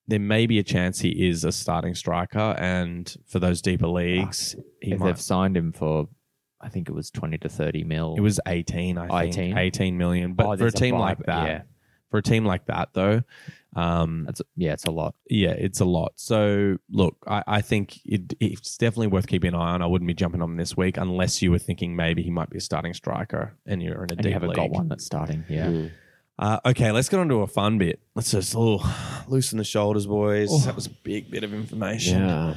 there may be a chance he is a starting striker, and for those deeper leagues, he
Ah, If
might.
They've signed him for, I think it was twenty to thirty mil.
It was eighteen, I think,
18?
eighteen million. But
Oh,
for a
there's a
team
buy-
like that,
yeah.
for a team like that though, um,
That's yeah, it's a lot.
yeah, it's a lot. So look, I, I think it, it's definitely worth keeping an eye on. I wouldn't be jumping on him this week unless you were thinking maybe he might be a starting striker and you're in a
And
deep
you haven't got
league.
one that's starting. Yeah,
Mm.
Uh, okay, let's get on to a fun bit. Let's just oh, loosen the shoulders, boys.
Oh.
That was a big bit of information.
Yeah.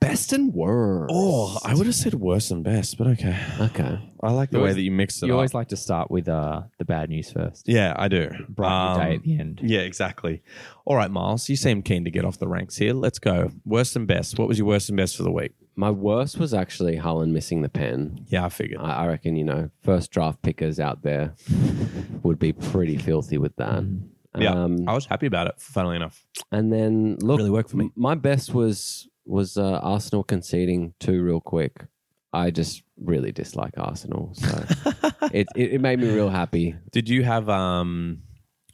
Best and worst.
Oh, I would have said worse than best, but okay.
Okay.
I like the
You
way
always-
that you mixed it
you
up.
always like to start with uh, the bad news first.
yeah, I do.
Brighten your day
Um,
at the end.
yeah, exactly. All right, Miles, you seem keen to get off the ranks here. Let's go. Worst and best. What was your worst and best for the week?
My worst was actually Holland missing the pen.
Yeah, I figured.
I, I reckon, you know, first draft pickers out there would be pretty filthy with that.
Yeah,
Um,
I was happy about it. Funnily enough,
and then look,
Really worked for me.
m- My best was was uh, Arsenal conceding two real quick. I just really dislike Arsenal, so it, it it made me real happy.
did you have um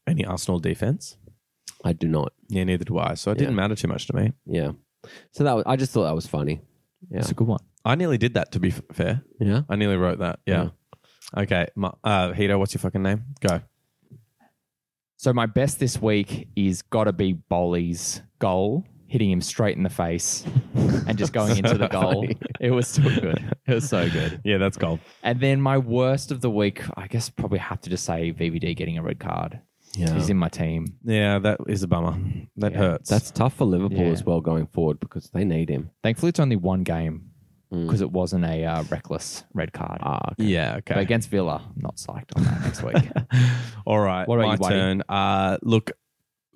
any Arsenal defense?
I do not.
Yeah, neither do I. So it didn't matter too much to me.
Yeah. So that was, I just thought that was funny. Yeah.
It's a good one.
I nearly did that. To be f- fair,
Yeah.
I nearly wrote that. Yeah. Okay. My, uh, Hito, what's your fucking name? Go.
So my best this week is gotta be Bowley's goal, hitting him straight in the face and just going into the goal. It was so good. It was so good.
Yeah, that's gold.
And then my worst of the week, I guess probably have to just say VVD getting a red card. He's in my team.
Yeah, that is a bummer. That
Yeah,
hurts.
That's tough for Liverpool
Yeah.
as well going forward because they need him.
Thankfully, it's only one game
Mm.
because it wasn't a uh, reckless red card.
Ah, okay.
yeah.
But
Okay.
against Villa, I'm not psyched on that next week. Oh
All right.
What
my
about you, Whitey?
turn. Uh, look,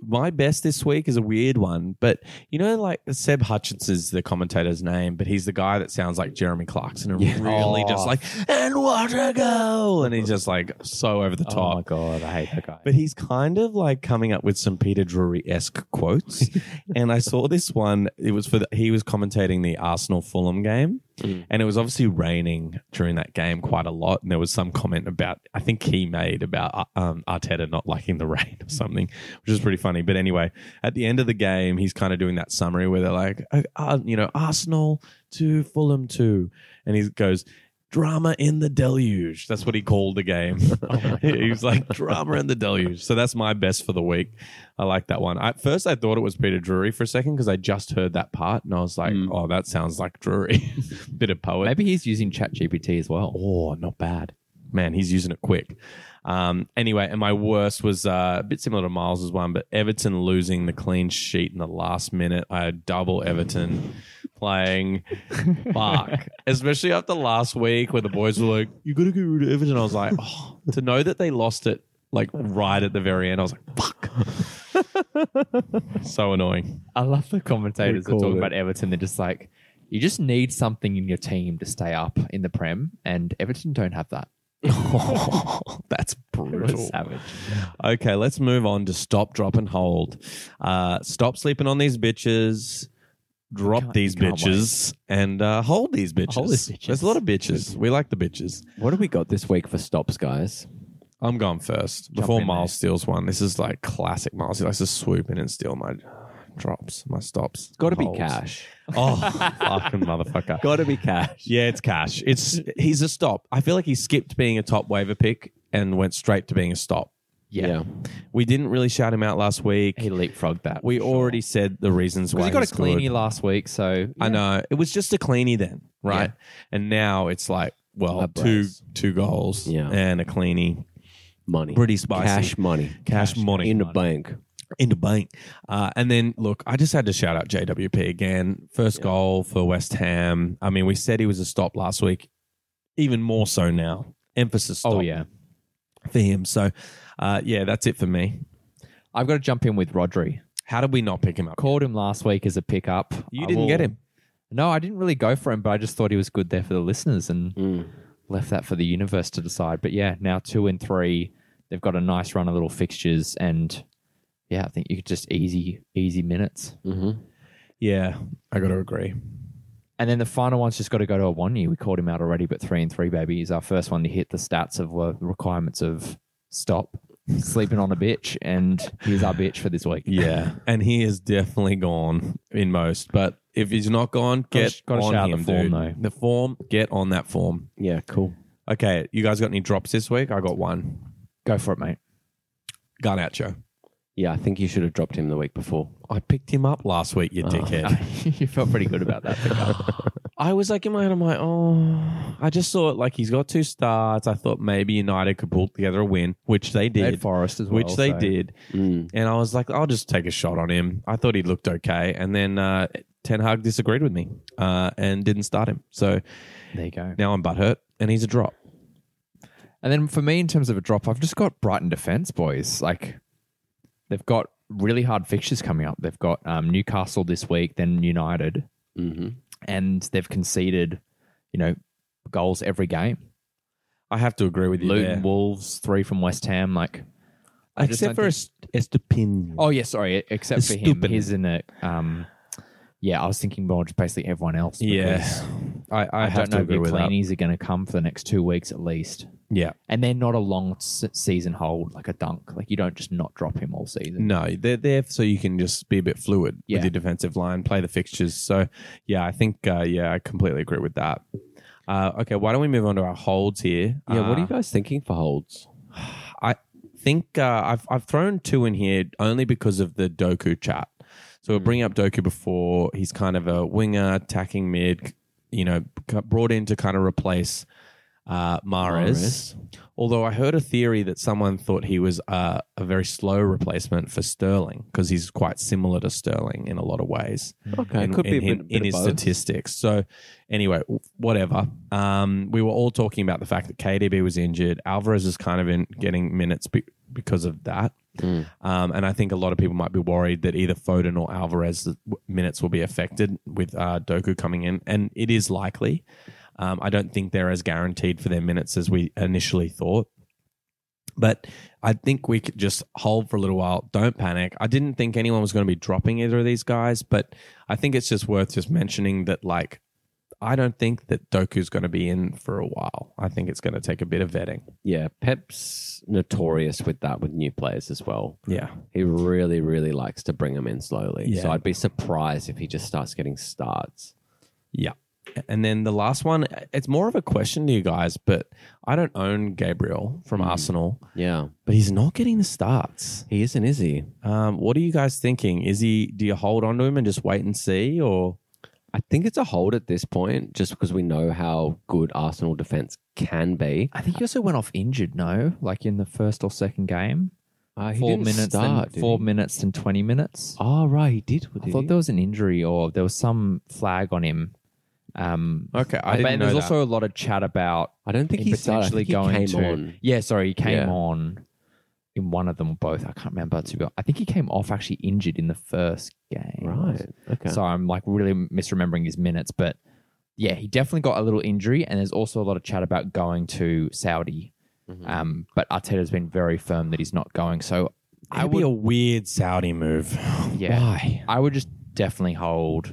my best this week is a weird one, but you know, like Seb Hutchins is the commentator's name, but he's the guy that sounds like Jeremy Clarkson and
Yeah.
really
Oh.
just like, and what a goal! And he's just like so over the
oh my
top.
god, I hate that guy.
but he's kind of like coming up with some Peter Drury esque quotes. and I saw this one. It was for the, he was commentating the Arsenal Fulham game,
Mm.
and it was obviously raining during that game quite a lot. And there was some comment about I think he made about uh, um, Arteta not liking the rain or something, which is pretty funny. But anyway, at the end of the game, he's kind of doing that summary where they're like, "Oh, uh, you know, Arsenal to Fulham two, and he goes. Drama in the deluge. That's what he called the game. he was like drama in the deluge. So that's my best for the week. I like that one. At first, I thought it was Peter Drury for a second because I just heard that part and I was like,
Mm.
oh, that sounds like Drury. Bit of poet.
Maybe he's using ChatGPT as well.
Oh, not bad. Man, he's using it quick. Um, anyway, and my worst was uh, a bit similar to Miles' one, but Everton losing the clean sheet in the last minute. I had double Everton playing. Fuck. Especially after last week where the boys were like, you got to get rid of Everton. I was like, oh, to know that they lost it like right at the very end, I was like, fuck. so annoying.
I love the commentators that
What do you
talk
call it?
about Everton. They're just like, you just need something in your team to stay up in the Prem, and Everton don't have that.
that's
What a
brutal.
savage.
Okay, let's move on to stop, drop, and hold. Uh, stop sleeping on these bitches. Drop
Can't-
these
can't wait.
bitches and uh, hold these bitches.
Hold these bitches.
There's a lot of bitches. We like the bitches.
What have we got this week for stops, guys?
I'm going first before
in
Miles steals one. This is like classic Miles. He likes to swoop in and steal my drops, my stops. It's
Got to be cash.
Oh, fucking motherfucker.
Got to be cash.
Yeah, it's cash. It's he's a stop. I feel like he skipped being a top waiver pick and went straight to being a stop.
Yeah.
We didn't really shout him out last week.
He leapfrogged that.
We already said the reasons why
Because he got
he's
a cleanie
good.
last week, so
I know it was just a cleanie then, right? And now it's like, well,
A
two
brace.
two goals
Yeah.
and a cleanie,
Money.
pretty spicy
Cash money.
Cash money
in the bank.
in the bank. Uh, and then look, I just had to shout out JWP again. First goal for West Ham. I mean, we said he was a stop last week, even more so now. Emphasis stop
Oh yeah,
for him. So, uh, yeah, that's it for me.
I've got to jump in with Rodri.
How did we not pick him up?
Called him last week as a pickup.
You
I
didn't
will-
get him.
No, I didn't really go for him, but I just thought he was good there for the listeners and
Mm.
left that for the universe to decide. But yeah, now two and three, they've got a nice run of little fixtures, and yeah, I think you could just easy, easy minutes.
Mm.
Mm-hmm.
Yeah, I got to agree.
And then the final one's just got to go to a one year. We called him out already, but three and three, baby, is our first one to hit the stats of uh, requirements of stop sleeping on a bitch. And here's our bitch for this week.
Yeah, and he is definitely gone in most. But if he's not gone,
Gotta
get
sh- gotta
on
shout out the
him,
form,
dude.
though.
The form, get on that form.
Yeah, cool.
Okay, you guys got any drops this week? I got one.
Go for it, mate.
Garnacho.
Yeah, I think you should have dropped him the week before.
I picked him up last week,
Oh,
you dickhead.
you felt pretty good about that.
I was like in my head, I'm like, oh, I just saw it like he's got two starts. I thought maybe United could pull together a win, which
They
they did,
had Forest as well.
which they
so-
did.
Mm,
And I was like, I'll just take a shot on him. I thought he looked okay, and then uh, Ten Hag disagreed with me uh, and didn't start him. So
There you go.
now I'm butthurt, and he's a drop.
And then for me, in terms of a drop, I've just got Brighton defense boys. Like they've got really hard fixtures coming up. They've got um, Newcastle this week, then United,
Mm-hmm.
and they've conceded, you know, goals every game.
I have to agree with you.
Luton
there.
Wolves, three from West Ham. Like, I just
except
don't
for Estepin.
oh yeah, sorry, except
It's
for him,
stupid.
he's in a. Um, yeah, I was thinking more just basically everyone else. because
yeah, I, I,
I, don't
have
know if
to agree
your
with that.
cleanies are going to come for the next two weeks at least.
Yeah,
And they're not a long s- season hold like a dunk. Like you don't just not drop him all season.
no, they're there so you can just be a bit fluid
Yeah.
with your defensive line, play the fixtures. So yeah, I think uh, yeah, I completely agree with that. Uh, okay, why don't we move on to our holds here?
Yeah, what are
Uh,
you guys thinking for holds?
I think uh, I've I've thrown two in here only because of the Doku chat. So we're bringing up Doku before. He's kind of a winger, attacking mid. You know, c- brought in to kind of replace uh, Mares. Although I heard a theory that someone thought he was uh, a very slow replacement for Sterling because he's quite similar to Sterling in a lot of ways
Okay,
in,
could be
in
a
him-
bit, bit
in his
of both.
statistics. So anyway, w- whatever. Um, we were all talking about the fact that KDB was injured. Alvarez is kind of in getting minutes be- because of that.
Mm.
Um, and I think a lot of people might be worried that either Foden or Alvarez minutes will be affected with uh, Doku coming in, and it is likely. Um, I don't think they're as guaranteed for their minutes as we initially thought. But I think we could just hold for a little while. Don't panic. I didn't think anyone was going to be dropping either of these guys, but I think it's just worth just mentioning that, like, I don't think that Doku's going to be in for a while. I think it's going to take a bit of vetting.
Yeah, Pep's notorious with that with new players as well.
Yeah.
He really, really likes to bring them in slowly.
Yeah.
So I'd be surprised if he just starts getting starts.
Yeah. And then the last one, it's more of a question to you guys, but I don't own Gabriel
Hmm.
from Arsenal,
Yeah,
but he's not getting the starts.
he isn't, is he?
Um, what are you guys thinking? Is he, do you hold on to him and just wait and see? Or,
I think it's a hold at this point, just because we know how good Arsenal defense can be.
I think he also went off injured. No, like in the first or second game,
Uh,
four minutes,
start,
then
did
four
he?
minutes, then twenty minutes.
Oh right, he did.
I thought there was an injury or there was some flag on him. Um,
okay. I
but
didn't know
there's
that.
also a lot of chat about
I don't think
him
he started. I
potentially
think he
going
came
to.
on.
Yeah, sorry, he came
Yeah.
on in one of them or both. I can't remember. To be honest. I think he came off actually injured in the first game.
Right. Okay.
So I'm like really misremembering his minutes, but yeah, he definitely got a little injury, and there's also a lot of chat about going to Saudi. Um, but Arteta's been very firm that he's not going. So I
It'd be
would,
a weird Saudi move.
Yeah.
Why?
I would just definitely hold.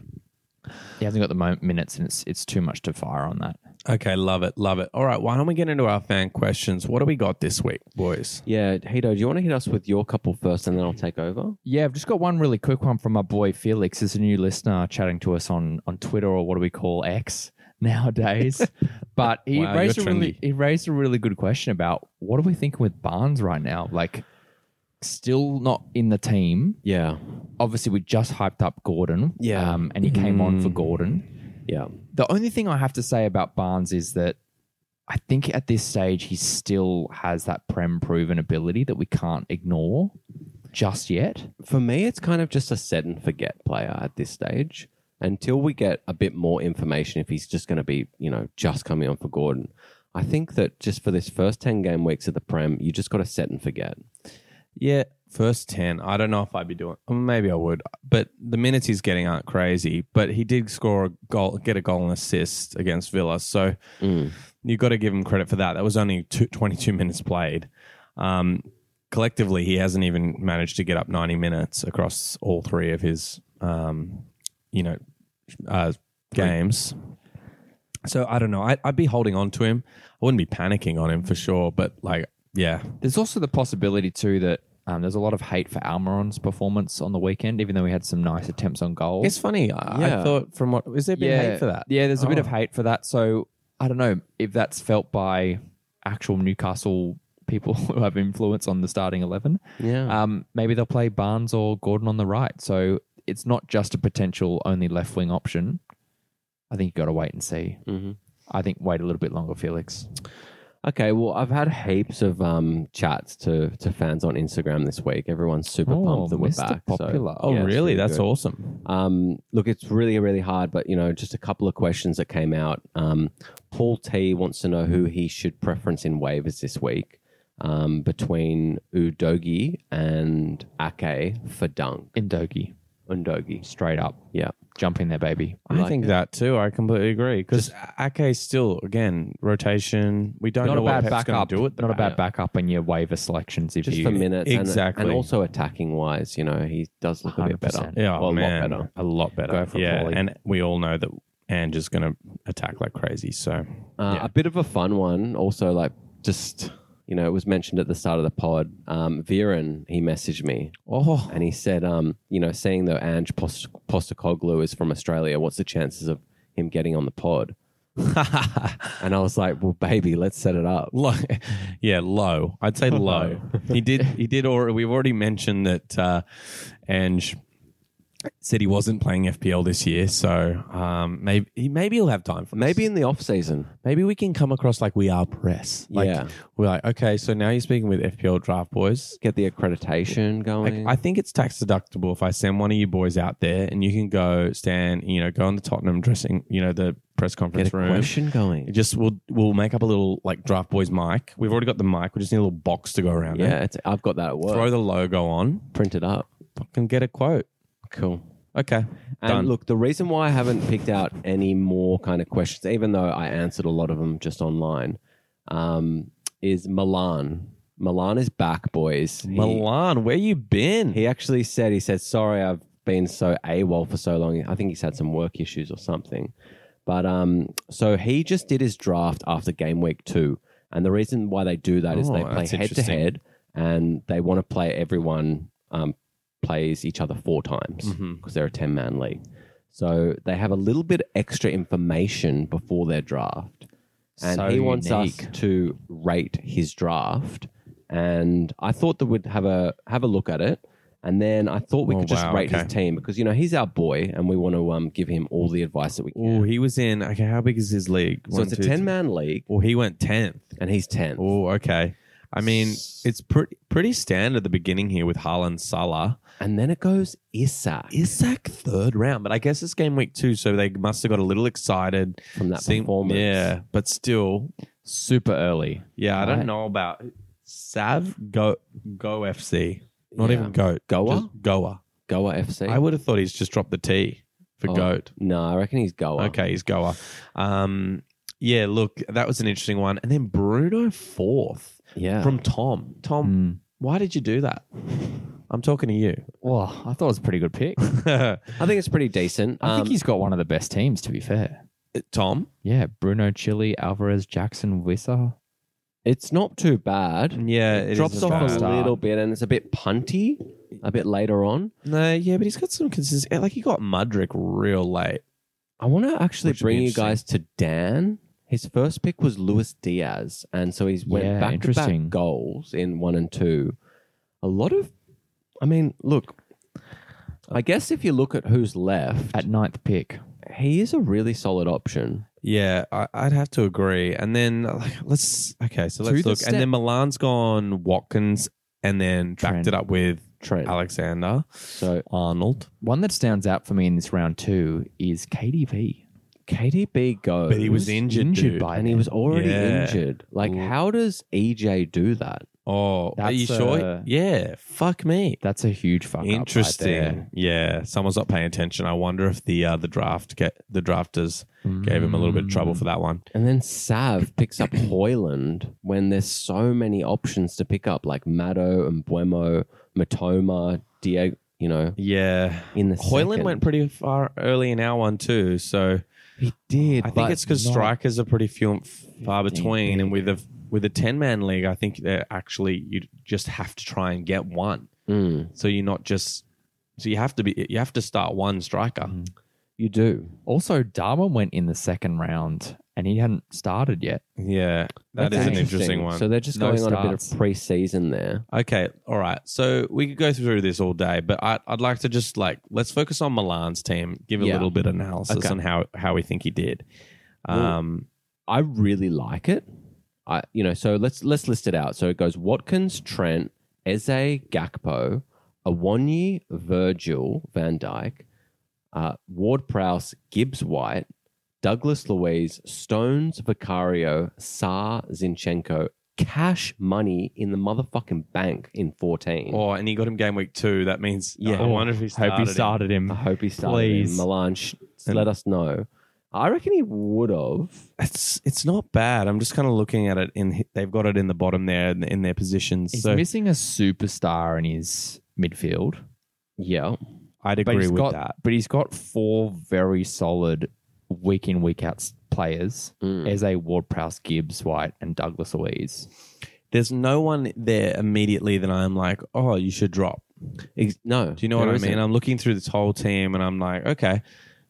He hasn't got the mo minutes, and it's it's too much to fire on that.
Okay, love it, love it. All right, why don't we get into our fan questions? What do we got this week, boys?
Yeah, Hito, do you want to hit us with your couple first, and then I'll take over?
Yeah, I've just got one really quick one from my boy Felix. Is a new listener chatting to us on on Twitter or what do we call X nowadays? but he
Wow,
raised a
you're
really he raised a really good question about what are we thinking with Barnes right now? Like, still not in the team.
Yeah,
Obviously, we just hyped up Gordon.
Yeah.
um, and he came on
Mm.
for Gordon.
yeah.
The only thing I have to say about Barnes is that. I think at this stage he still has that prem proven ability that we can't ignore just yet.
For me, it's kind of just a set and forget player at this stage. Until we get a bit more information, if he's just going to be, you know, just coming on for Gordon, I think that just for this first ten game weeks of the Prem, you just got to set and forget.
Yeah, first 10. I don't know if I'd be doing well, maybe I would, but the minutes he's getting aren't crazy, but he did score a goal, get a goal and assist against Villa. So you've got to give him credit for that. That was only two, 22 minutes played. Um, collectively, he hasn't even managed to get up 90 minutes across all three of his um, you know, uh, games. So I don't know. I, I'd be holding on to him. I wouldn't be panicking on him for sure. But like, yeah,
There's also the possibility too that um, there's a lot of hate for Almiron's performance on the weekend, even though he had some nice attempts on goal.
it's funny. I, I
Yeah.
thought from what is there been
yeah,
hate for that?
Yeah, there's a bit
Oh.
of hate for that. So I don't know if that's felt by actual Newcastle people who have influence on the starting eleven.
Hmm.
Yeah.
Um, maybe they'll play Barnes or Gordon on the right. So it's not just a potential only left wing option. I think you got to wait and see.
Mm-hmm.
Mhm.
I think wait a little bit longer, Felix.
Uh, Okay, well, I've had heaps of um, chats to, to fans on Instagram this week. Everyone's super
Oh,
pumped that we're
Mr.
back. so-
Popular.
Oh,
Yeah, it's
really? That's
good.
awesome.
Um, look, it's really, really hard, but you know, just a couple of questions that came out. Um, Paul T wants to know who he should preference in waivers this week um, between Udogi and Ake for Dunk.
Indogi,
Undogi.
straight up,
Yeah.
jumping there, baby.
I think that too. I completely agree because Ake's still again rotation. We don't
not
know
a bad
what Pep's going
backup.
to do with the
not a bad
back.
backup in your waiver selections if
Just
you
for minutes. and-
Exactly.
And, also attacking wise, you know, he does look a bit better.
100%.
Yeah,
Well, a lot
Oh, man,
better.
a lot better.
Go for
yeah,
Paulie.
and we all know that Ange is going to attack like crazy. So
Uh,
Yeah.
A bit of a fun one, also like just you know, it was mentioned at the start of the pod. Um, Viren, he messaged me
oh,
and he said, um, you know, seeing though Ange Post- Postacoglu is from Australia, what's the chances of him getting on the pod? and I was like, well, baby, let's set it up.
low. yeah, low. I'd say low. he did. He did. Or we've already mentioned that uh, Ange said he wasn't playing FPL this year. So um, maybe he maybe he'll have time for us.
Maybe in the off season.
maybe we can come across like we are press. Like,
Yeah.
We're like, okay, so now you're speaking with FPL draft boys.
Get the accreditation
Like,
going.
I think it's tax deductible if I send one of you boys out there and you can go stand, you know, go in the Tottenham dressing, you know, the press
Get
conference
a
room.
question
It
going.
Just we'll we'll make up a little like draft boys mic. We've already got the mic. We just need a little box to go around.
Yeah,
it.
it's, I've got that at work.
Throw the logo on.
Print it up.
Fucking get a quote.
Cool.
Okay.
And
Done.
look, the reason why I haven't picked out any more kind of questions, even though I answered a lot of them just online, um, is Milan. Milan is back, boys. He-
Milan, where you been?
He actually said, he said, sorry, I've been so AWOL for so long. I think he's had some work issues or something. But um, so he just did his draft after game week two. And the reason why they do that is
Oh,
they play
that's
head to
interesting.
head and they want to play everyone um, plays each other four times because
Mhm.
they're a 10 man league. So they have a little bit extra information before their draft and
So
he wants us
unique.
to rate his draft. And I thought that we'd have a have a look at it, and then I thought we
Oh,
could just
wow,
rate
okay.
his team because you know he's our boy, and we want to um, give him all the advice that we
Oh,
can.
he was in. Okay, how big is his league?
so it's a ten man league,
Well, he went tenth.
and he's ten.
Oh, okay. I mean, it's pretty pretty standard at the beginning here with Haaland Salah.
And then it goes Isak
Isak third round, but I guess it's game week two, so they must have got a little excited.
from that
Seeing-
performance.
Yeah, but still,
super early.
yeah, I
Right.
don't know about Sav Go Go FC. Not
Yeah.
even Goat.
Goa?
Just Goa.
Goa FC.
I would have thought he's just dropped the T for
Oh,
Goat.
No, I reckon he's Goa.
Okay, he's Goa. Um, yeah, look, that was an interesting one. And then Bruno fourth
Yeah.
from Tom. Tom,
Mm.
why did you do that? I'm talking to you.
Well, I thought it was a pretty good pick.
I think it's pretty decent.
I
Um,
think he's got one of the best teams, to be fair.
Tom?
Yeah, Bruno Chile, Alvarez, Jackson, Wissa.
it's not too bad.
Yeah, it
Drops off a
bad.
little bit, and it's a bit punty a bit later on.
No, yeah, but he's got some consistency. Like he got Mudrick real late.
I want to actually
Which would
bring
be
you guys to Dan. His first pick was Luis Diaz, and so he's went
Yeah,
back to back
interesting.
goals in one and two. A lot of, I mean, look, I guess if you look at who's left,
At ninth pick,
he is a really solid option.
Yeah, I, I'd have to agree. And then like, let's okay, so
To
let's
the
look.
step-
And then Milan's gone Watkins, and then backed
Trent.
it up with
Trent.
Alexander
So
Arnold.
one that stands out for me in this round two is KDB.
KDB goes,
But he was injured,
injured
dude.
by
and he was already
Yeah.
injured. Like,
Ooh.
how does EJ do that?
Oh, are
That's
you sure?
a-
yeah, fuck me.
That's a huge fuck up right
Interesting.
there.
yeah, someone's not paying attention. I wonder if the uh, the draft get the drafters gave him a little bit of
Mm.
trouble for that one.
And then Sav picks up Hoyland when there's so many options to pick up, like Maddo and Buemo, Matoma, Diego, you know,
Yeah.
in the
Hoyland
second.
went pretty far early in our one too, so
He did.
I think it's because strikers are pretty few far
15
between, and
big.
with a with a ten man league, I think they're actually you just have to try and get one.
Mm,
So you're not just so you have to be you have to start one striker.
you do.
Also, Darwin went in the second round and he hadn't started yet.
Yeah, that is
Mm-hmm. That's
an interesting one.
So they're just
No
going on a bit
starts.
of pre-season there.
Okay, all right. So we could go through this all day, but I, I'd like to just like let's focus on Milan's team, give a
Yeah.
little bit of analysis
Okay.
on how how we think he did.
Well,
Um,
I really like it. I you know, so let's let's list it out. So it goes Watkins, Trent, Eze, Gakpo, Awonyi, Virgil, Van Dyke, uh, Ward Prowse, Gibbs White, Douglas Louise, Stones, Vicario, Saar, Zinchenko, cash money in the motherfucking bank in 14.
oh, and he got him game week two. That means yeah.
Yeah.
I wonder if he started.
Hope he
him.
started
I
him.
hope he started in
Please.
Milan. Sh- let us know. I reckon he would have.
It's it's not bad. I'm just kind of looking at it. In they've got it in the bottom there in, in their positions.
He's
so
missing a superstar in his midfield.
Yeah.
I'd
But
agree
he's
with
got
that.
but he's got four very solid week in, week out s- players
Hmm.
Mm.
as a Ward Prowse, Gibbs, White, and Douglas Louise.
There's no one there immediately that I'm like, oh, you should drop.
Ex- no.
Do you know
there
what I
isn't.
mean? I'm looking through this whole team, and I'm like, okay,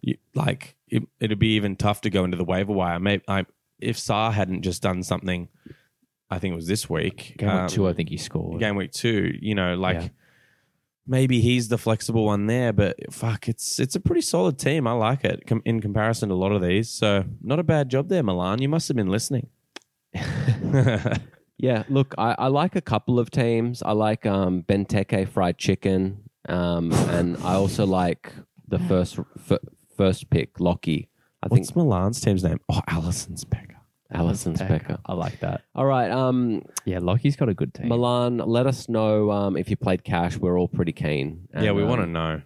you, like it, it'd be even tough to go into the waiver wire. Maybe I, if Saar hadn't just done something, I think it was this week,
Game
um,
week two, I think he scored.
game week two. You know, like
Yeah.
maybe he's the flexible one there, but fuck, it's it's a pretty solid team. I like it com- in comparison to a lot of these. So not a bad job there, Milan. You must have been listening.
Yeah, look, I, I like a couple of teams. I like um, Benteke fried chicken, um, and I also like the first f- first pick, Lockie. I think
What's Milan's team's name? Oh, Allison's Becker.
Allison's
Peck.
Becker.
I like that.
All right, um,
Yeah, Lockie's got a good team.
Milan. Let us know um, if you played cash. We're all pretty keen.
yeah, we
um,
want to know.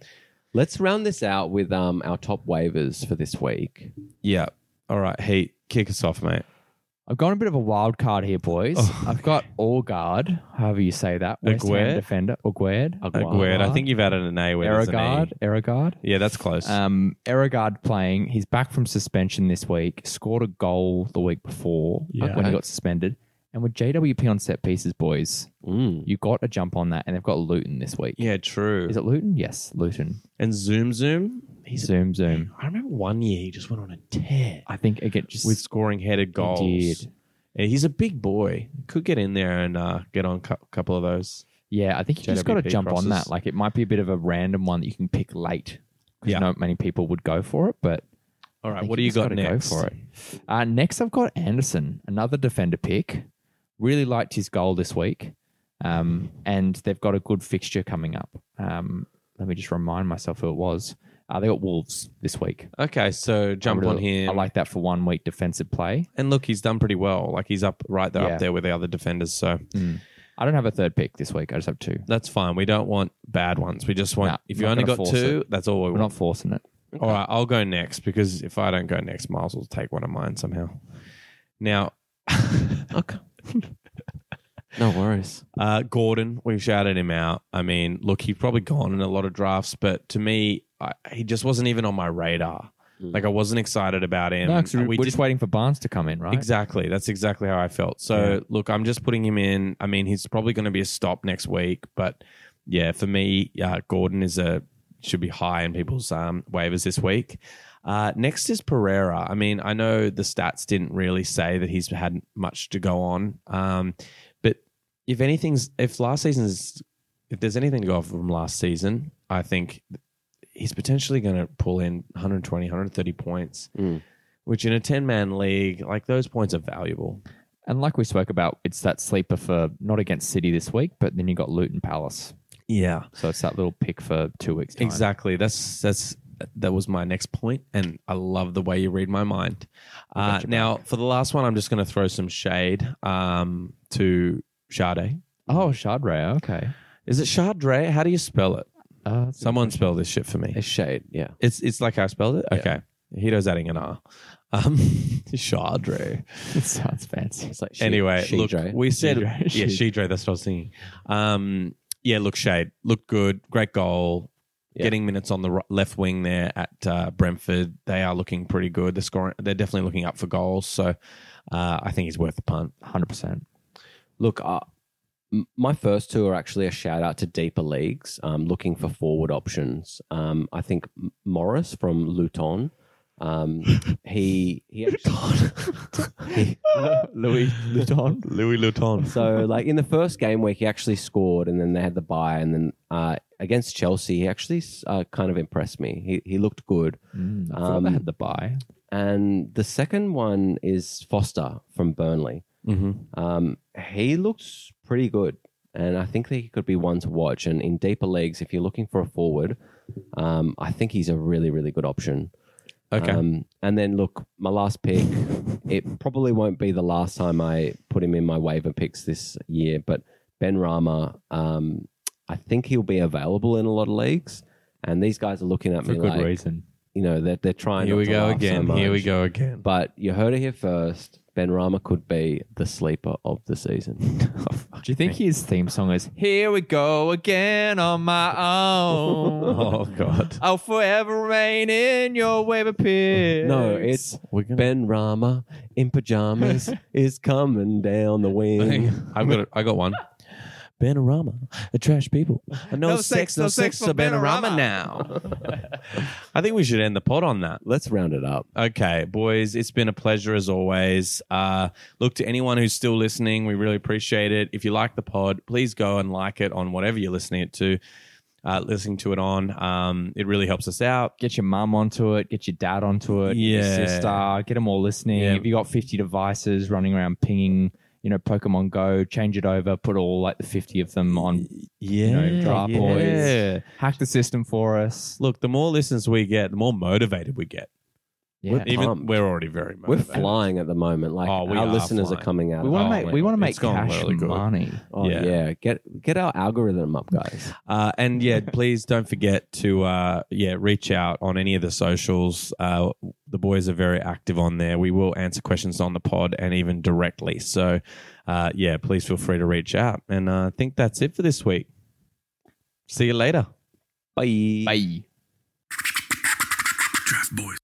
Let's round this out with um, our top waivers for this week.
Yeah. All right. Hey, kick us off, mate.
I've gone a bit of a wild card here, boys.
Oh.
I've got Allgard, however you say that. West
Aguerd?
Ham defender. Aguerd.
Aguerd. Uh, I think you've added an A where there's an E.
Erigard. Erigard.
Yeah, that's close.
Um, Erigard playing. He's back from suspension this week. Scored a goal the week before
Yeah.
when he got suspended. And with JWP on set pieces, boys,
Mm.
you got a jump on that. And they've got Luton this week.
yeah, true.
Is it Luton? Yes, Luton.
and Zoom Zoom. He's.
Zoom, zoom.
I remember one year he just went on a tear
I think again, just
with scoring headed goals.
did.
Yeah, he's a big boy. Could get in there and uh, get on a couple of those.
Yeah, I think you just got to
JWP
jump on that.
crosses.
Like it might be a bit of a random one that you can pick late. 'cause
Yeah.
not many people would go for it, but
All
I
right,
think
what do
you
you
just
got
gotta go
next?
for it. uh, next I've got Anderson, another defender pick. Really liked his goal this week, um, and they've got a good fixture coming up. Um, let me just remind myself who it was. Uh, they got Wolves this week.
Okay, so jump
I really-
on him.
I like that for one week defensive play.
and look, he's done pretty well. Like he's up right there,
Yeah.
up there with the other defenders. So
I don't have a third pick this week. I just have two.
that's fine. We don't want bad ones. We just want
Nah,
if
I'm
you
not
only
gonna
got
force
two, that's all we
We're
want.
not forcing it.
All right, I'll go next because if I don't go next, Miles will take one of mine somehow. Now,
Okay. no worries.
Uh, Gordon, we've shouted him out. I mean, look, he's probably gone in a lot of drafts, but to me, I, he just wasn't even on my radar.
Mm.
Like, I wasn't excited about him.
no, 'cause
Um, And
we're, just waiting for Barnes to come in, right?
Exactly. That's exactly how I felt. So, look, I'm just putting him in. I mean, he's probably going to be a stop next week, but yeah, for me, uh, Gordon is a should be high in people's um, waivers this week. Uh, next is Pereira. I mean, I know the stats didn't really say that he's had much to go on, um, but if anything's if last season's if there's anything to go off from last season, I think he's potentially going to pull in 120, 130 points which in a 10 man league, like those points are valuable.
And like we spoke about, it's that sleeper for not against City this week, but then you got Luton Palace.
Yeah.
So it's that little pick for two weeks. Time.
Exactly. That's that's that was my next point, and I love the way you read my mind. Uh,
got your
now, for the last one, I'm just going to throw some shade um, to Sade.
Oh, Chardray. Okay.
Is it Chardray? How do you spell it?
Uh, that's-
Someone spell this shit for me.
A shade, yeah.
It's it's like how I spelled it. Okay, Hito's adding an R. Um, Chardray.
it sounds fancy.
It's like she-
Anyway,
she
look,
dre.
we said
Shidre.
yeah, Shidre. That's what I was thinking. Um, yeah, look, Shade looked good, great goal.
Yeah.
Getting minutes on the ri- left wing there at uh, Brentford, they are looking pretty good. They're scoring. They're definitely looking up for goals. So uh, I think he's worth the punt.
hundred percent.
Look, uh, m- my first two are actually a shout out to deeper leagues, um, looking for forward options. Um, I think M- Morris from Luton. Um, he he actually, Louis Luton.
Louis Luton.
So like in the first game week, he actually scored, and then they had the bye, and then uh, against Chelsea, he actually uh, kind of impressed me. He he looked good.
Mm, I thought
Um,
they had the buy.
And the second one is Foster from Burnley.
hmm
Um, he looks pretty good, and I think that he could be one to watch. And in deeper leagues, if you're looking for a forward, um, I think he's a really, really good option.
Okay.
Um, and then look, my last pick. it probably won't be the last time I put him in my waiver picks this year, but Ben Rama, um, I think he'll be available in a lot of leagues. And these guys are looking at
For
me
good
like,
reason.
you know, they're, they're trying.
Here
not
we
to
go
laugh so
again. Here we
much.
go again.
But you heard it here first. Ben Rama could be the sleeper of the season.
Do you think his theme song is "Here We Go Again on My Own"?
Oh God.
I'll forever remain in your waiver pit.
no, it's
We're gonna.
Ben Rama in pajamas is coming down the wing.
I've got. A, I got one. Benarama, the trash people. No,
sex, no sex for Benarama.
now. I think we should end the pod on that.
Let's round it up.
Okay, boys, it's been a pleasure as always. Uh, look to anyone who's still listening, we really appreciate it. If you like the pod, please go and like it on whatever you're listening it to, uh, listening to it on. Um, it really helps us out.
Get your mum onto it. Get your dad onto it. Get
Yeah.
your sister. Get them all listening.
Yeah.
If you got fifty devices running around pinging, you know Pokemon Go, change it over. Put all like the fifty of them on.
Yeah,
know, draft boys.
yeah.
Hack the system for us.
Look, the more listens we get, the more motivated we get.
Yeah.
Even
pumped.
we're already very
We're
motivated.
flying at the moment. Like
Oh, we
our
are
listeners
flying.
are coming out.
We want to
Oh,
make.
man,
We want to
it's
make
gone
cash
really good.
money.
oh
yeah.
yeah. get get our algorithm up, guys.
Uh, and yeah, please don't forget to uh, yeah reach out on any of the socials. Uh, the boys are very active on there. We will answer questions on the pod and even directly. So uh, yeah, please feel free to reach out. And uh, I think that's it for this week. See you later.
Bye.
Bye.
Draft Boys.